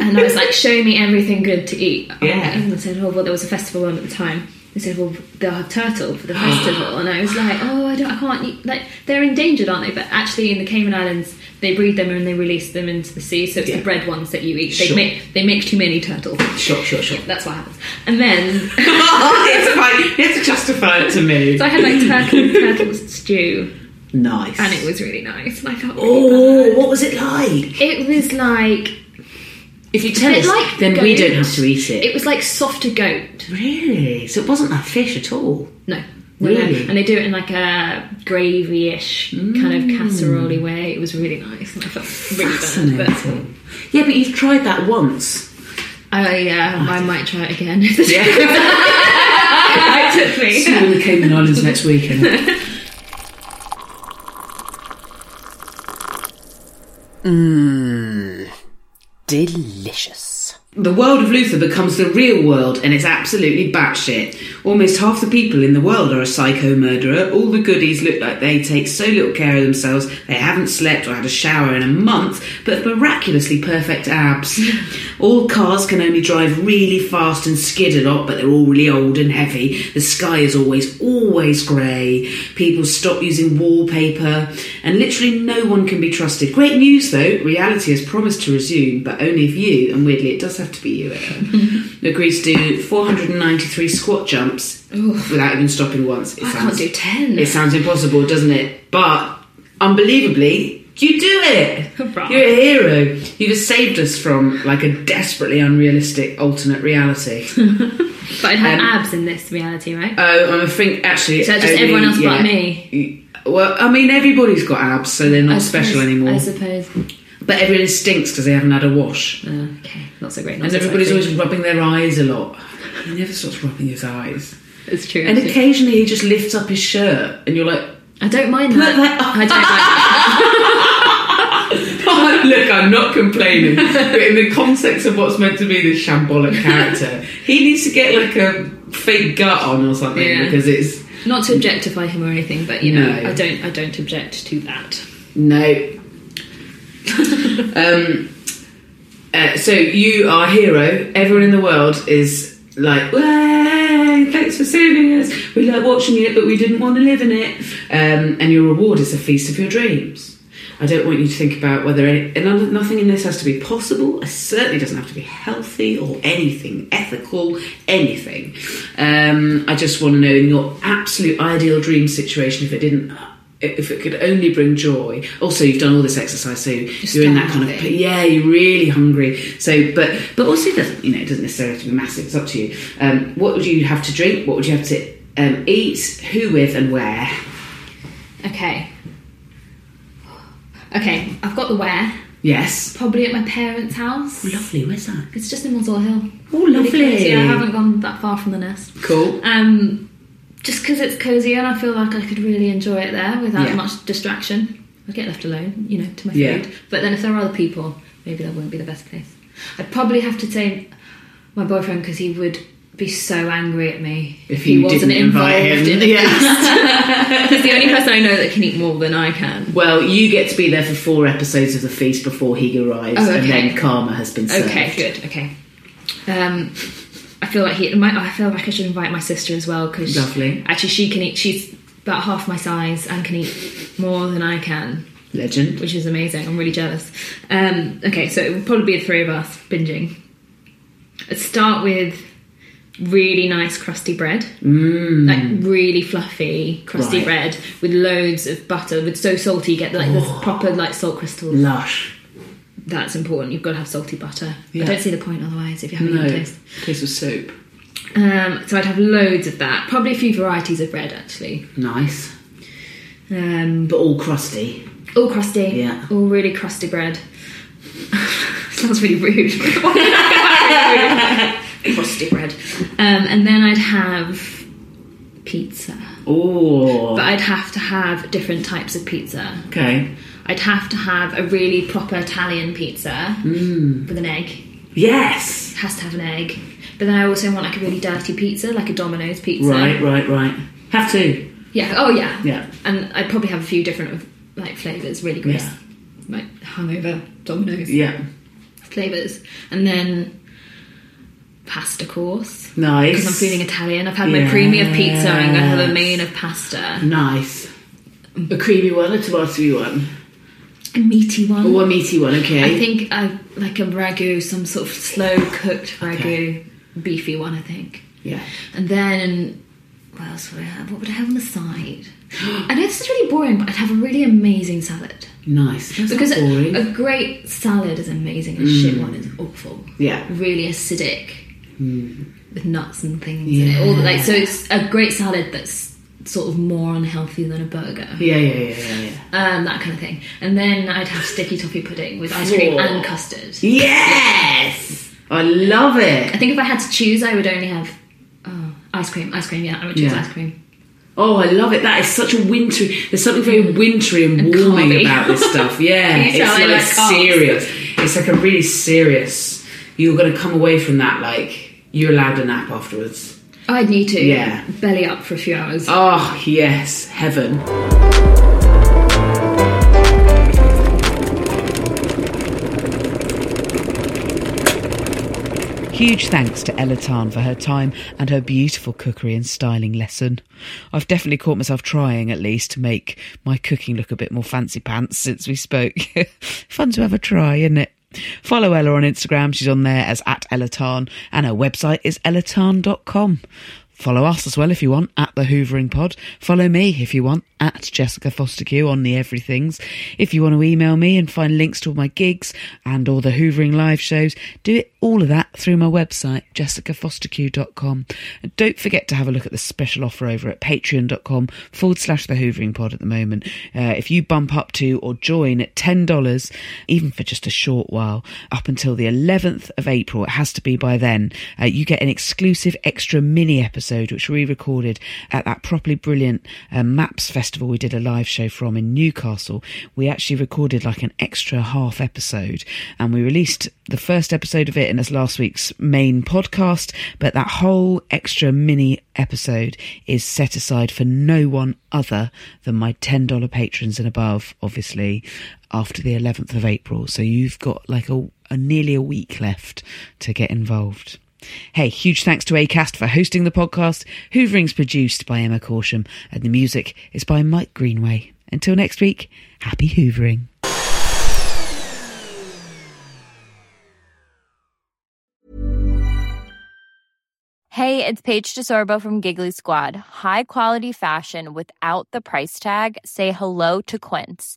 Speaker 2: And I was like, show me everything good to eat.
Speaker 1: Yeah.
Speaker 2: And they said, oh, well, there was a festival on at the time. They said, well, they'll have turtle for the festival. And I was like, oh, I, don't, I can't eat. Like, they're endangered, aren't they? But actually, in the Cayman Islands, they breed them and they release them into the sea. So it's
Speaker 1: Yeah.
Speaker 2: the bred ones that you eat.
Speaker 1: Sure.
Speaker 2: They, make, they make too many turtles.
Speaker 1: Sure, sure, sure.
Speaker 2: That's what happens. And then,
Speaker 1: it's fine. You have to justify it to me.
Speaker 2: so I had like turtle, turtle stew.
Speaker 1: nice.
Speaker 2: And it was really nice. And I felt really
Speaker 1: Oh,
Speaker 2: bad.
Speaker 1: what was it like?
Speaker 2: It was like,
Speaker 1: If you tell
Speaker 2: It's
Speaker 1: us,
Speaker 2: like
Speaker 1: then we
Speaker 2: goat.
Speaker 1: don't have to eat it.
Speaker 2: it was like softer goat.
Speaker 1: Really? So it wasn't that fish at all.
Speaker 2: No. No, no.
Speaker 1: Really?
Speaker 2: And they do it in like a gravy-ish kind
Speaker 1: Mm.
Speaker 2: of casserole way. It was really nice, and I felt really bad. But
Speaker 1: Fascinating. Yeah, but you've tried that once.
Speaker 2: Oh yeah, I might try it again. Yeah. it took me.
Speaker 1: See you on the Cayman Islands next weekend.
Speaker 7: Mmm. Delicious.
Speaker 1: The world of Luther becomes the real world, and it's absolutely batshit. Almost half the people in the world are a psycho murderer. All the goodies look like they take so little care of themselves they haven't slept or had a shower in a month, but have miraculously perfect abs. all cars can only drive really fast and skid a lot, but they're all really old and heavy. The sky is always, always grey. People stop using wallpaper, and literally no one can be trusted. Great news though, reality has promised to resume, but only if you, and weirdly, it does have to be you, Ella, agrees to do 493 squat jumps without even stopping once. It
Speaker 2: I can't do 10.
Speaker 1: It sounds impossible, doesn't it? But unbelievably, you do it!
Speaker 2: Hurrah.
Speaker 1: You're a hero. You've saved us from like a desperately unrealistic alternate reality.
Speaker 2: But I'd have
Speaker 1: Um,
Speaker 2: abs in this reality, right?
Speaker 1: Oh, I think actually.
Speaker 2: So just
Speaker 1: only-
Speaker 2: everyone else
Speaker 1: yeah.
Speaker 2: but me.
Speaker 1: Well, I mean, everybody's got abs, so they're not
Speaker 2: I
Speaker 1: special
Speaker 2: suppose-
Speaker 1: anymore.
Speaker 2: I suppose. uh,
Speaker 1: But everyone stinks because they haven't had a wash.
Speaker 2: okay, not so great. not
Speaker 1: And
Speaker 2: so
Speaker 1: everybody's
Speaker 2: sexy.
Speaker 1: always rubbing their eyes a lot. He never stops rubbing his eyes.
Speaker 2: It's true.
Speaker 1: And
Speaker 2: actually.
Speaker 1: occasionally he just lifts up his shirt, and you're like,
Speaker 2: I don't mind that. I don't mind that.
Speaker 1: oh, look, I'm not complaining. but in the context of what's meant to be this shambolic character, he needs to get like a fake gut on or something
Speaker 2: Yeah.
Speaker 1: because it's
Speaker 2: Not to objectify him or anything, but you know,
Speaker 1: No.
Speaker 2: I don't. I don't object to that.
Speaker 1: no. um, uh, so you are a hero. Everyone in the world is like, "Way, thanks for saving us. We like watching it, but we didn't want to live in it." Um, and your reward is the feast of your dreams. I don't want you to think about whether any, and none- nothing in this has to be possible. It certainly doesn't have to be healthy or anything ethical, anything. Um, I just want to know in your absolute ideal dream situation, if it didn't, if it could only bring joy. Also, you've done all this exercise, so you're in that kind of
Speaker 2: starving.
Speaker 1: yeah, you're really hungry. So, but but also it doesn't you know it doesn't necessarily have to be massive. It's up to you. Um, what would you have to drink? What would you have to um, eat? Who with and where?
Speaker 2: Okay. Okay, I've got the where.
Speaker 1: Yes.
Speaker 2: Probably at my parents' house.
Speaker 1: Lovely. Where's that?
Speaker 2: It's just in Moswell Hill.
Speaker 1: Oh,
Speaker 2: Really
Speaker 1: lovely.
Speaker 2: cozy. I haven't gone that far from the nest.
Speaker 1: Cool.
Speaker 2: Um, just because it's cozy and I feel like I could really enjoy it there without
Speaker 1: Yeah.
Speaker 2: much distraction. I get left alone, you know, to my
Speaker 1: Yeah.
Speaker 2: food. But then if there are other people, maybe that wouldn't be the best place. I'd probably have to say my boyfriend because he would be so angry at me
Speaker 1: If you didn't invite him.
Speaker 2: in it.
Speaker 1: Yes.
Speaker 2: He's the only person I know that can eat more than I can.
Speaker 1: Well, you get to be there for four episodes of the feast before he arrives,
Speaker 2: Oh, okay.
Speaker 1: and then karma has been served.
Speaker 2: Okay, good. Okay. Um, I feel like he. My, I feel like I should invite my sister as well because
Speaker 1: Lovely.
Speaker 2: actually, she can eat. She's about half my size and can eat more than I can,
Speaker 1: Legend.
Speaker 2: which is amazing. I'm really jealous. Um, okay, so it would probably be the three of us binging. Let's start with really nice crusty bread,
Speaker 1: Mm.
Speaker 2: like really fluffy crusty
Speaker 1: Right.
Speaker 2: bread with loads of butter. With so salty, you get like
Speaker 1: Oh.
Speaker 2: the proper like salt crystals.
Speaker 1: Mm. Lush.
Speaker 2: That's important. You've got to have salty butter.
Speaker 1: Yeah.
Speaker 2: I don't see the point otherwise if you haven't
Speaker 1: No.
Speaker 2: eaten toast.
Speaker 1: Taste of soap.
Speaker 2: Um, so I'd have loads of that. Probably a few varieties of bread actually.
Speaker 1: Nice.
Speaker 2: Um,
Speaker 1: But all crusty.
Speaker 2: all crusty.
Speaker 1: Yeah.
Speaker 2: All really crusty bread. Sounds really rude. crusty bread. Um, and then I'd have pizza.
Speaker 1: Oh.
Speaker 2: But I'd have to have different types of pizza.
Speaker 1: Okay.
Speaker 2: I'd have to have a really proper Italian pizza
Speaker 1: Mm.
Speaker 2: with an egg.
Speaker 1: Yes.
Speaker 2: has to have an egg. But then I also want like a really dirty pizza, like a Domino's pizza.
Speaker 1: Right, right, right. Have to.
Speaker 2: Yeah. Oh yeah.
Speaker 1: Yeah.
Speaker 2: And I'd probably have a few different like flavors, really gross,
Speaker 1: Yeah.
Speaker 2: like hungover Domino's
Speaker 1: Yeah.
Speaker 2: flavors, and then pasta course.
Speaker 1: Nice.
Speaker 2: Because I'm feeling Italian. I've had my
Speaker 1: Yes.
Speaker 2: creamy of pizza. I'm gonna have a main of pasta,
Speaker 1: Nice. A creamy one, a tomatoey one,
Speaker 2: a meaty one.
Speaker 1: or a meaty one. Okay.
Speaker 2: Mm. I think I like a ragu, some sort of slow cooked ragu,
Speaker 1: Okay.
Speaker 2: beefy one. I think.
Speaker 1: Yeah.
Speaker 2: And then, what else would I have? What would I have on the side? I know this is really boring, but I'd have a really amazing salad.
Speaker 1: Nice. That's
Speaker 2: because uh,
Speaker 1: not boring.
Speaker 2: a great salad is amazing, and shit one is awful.
Speaker 1: Yeah.
Speaker 2: Really acidic, with nuts and things in it. All the, like, so it's a great salad that's sort of more unhealthy than a burger.
Speaker 1: yeah, yeah, yeah, yeah, yeah.
Speaker 2: Um, that kind of thing. And then I'd have sticky toffee pudding with ice cream
Speaker 1: Oh.
Speaker 2: and custard.
Speaker 1: Yes.
Speaker 8: I love it.
Speaker 2: I think if I had to choose, I would only have oh, ice cream. Ice cream, yeah, I would choose
Speaker 9: Yeah.
Speaker 2: ice cream.
Speaker 9: Oh, I love it. That is such a wintry. There's something
Speaker 2: Mm.
Speaker 9: very wintry and warming
Speaker 2: calming.
Speaker 9: about this stuff. Yeah,
Speaker 2: You
Speaker 9: it's
Speaker 2: tell I
Speaker 9: like,
Speaker 2: like calm.
Speaker 9: serious. It's like a really serious. You're going to come away from that like you're allowed a nap afterwards.
Speaker 2: I'd need to
Speaker 9: Yeah.
Speaker 2: belly up for a few hours.
Speaker 9: Oh yes, heaven.
Speaker 1: Huge thanks to Ella Tarn for her time and her beautiful cookery and styling lesson. I've definitely caught myself trying, at least, to make my cooking look a bit more fancy pants since we spoke. Fun to have a try, isn't it? Follow Ella on Instagram. She's on there as at Ella Tarn, and her website is ellatarn.com. Follow us as well if you want at the Hoovering Pod. Follow me if you want at Jessica Foster Q on the Everythings. If you want to email me and find links to all my gigs and all the Hoovering live shows, do it all of that through my website, jessicafosterq.com. And don't forget to have a look at the special offer over at patreon.com forward slash the Hoovering Pod at the moment. Uh, if you bump up to or join at $10, even for just a short while, up until the 11th of April, it has to be by then, uh, you get an exclusive extra mini episode which we recorded at that properly brilliant uh, Maps Festival we did a live show from in Newcastle. We actually recorded like an extra half episode and we released the first episode of it in as last week's main podcast, but that whole extra mini episode is set aside for no one other than my $10 patrons and above, obviously, after the 11th of April. So you've got like a, a nearly a week left to get involved. Hey, huge thanks to ACAST for hosting the podcast. Hoovering's produced by Emma Corsham, and the music is by Mike Greenway. Until next week, happy Hoovering.
Speaker 10: Hey, it's Paige DeSorbo from Giggly Squad. High quality fashion without the price tag. Say hello to Quince.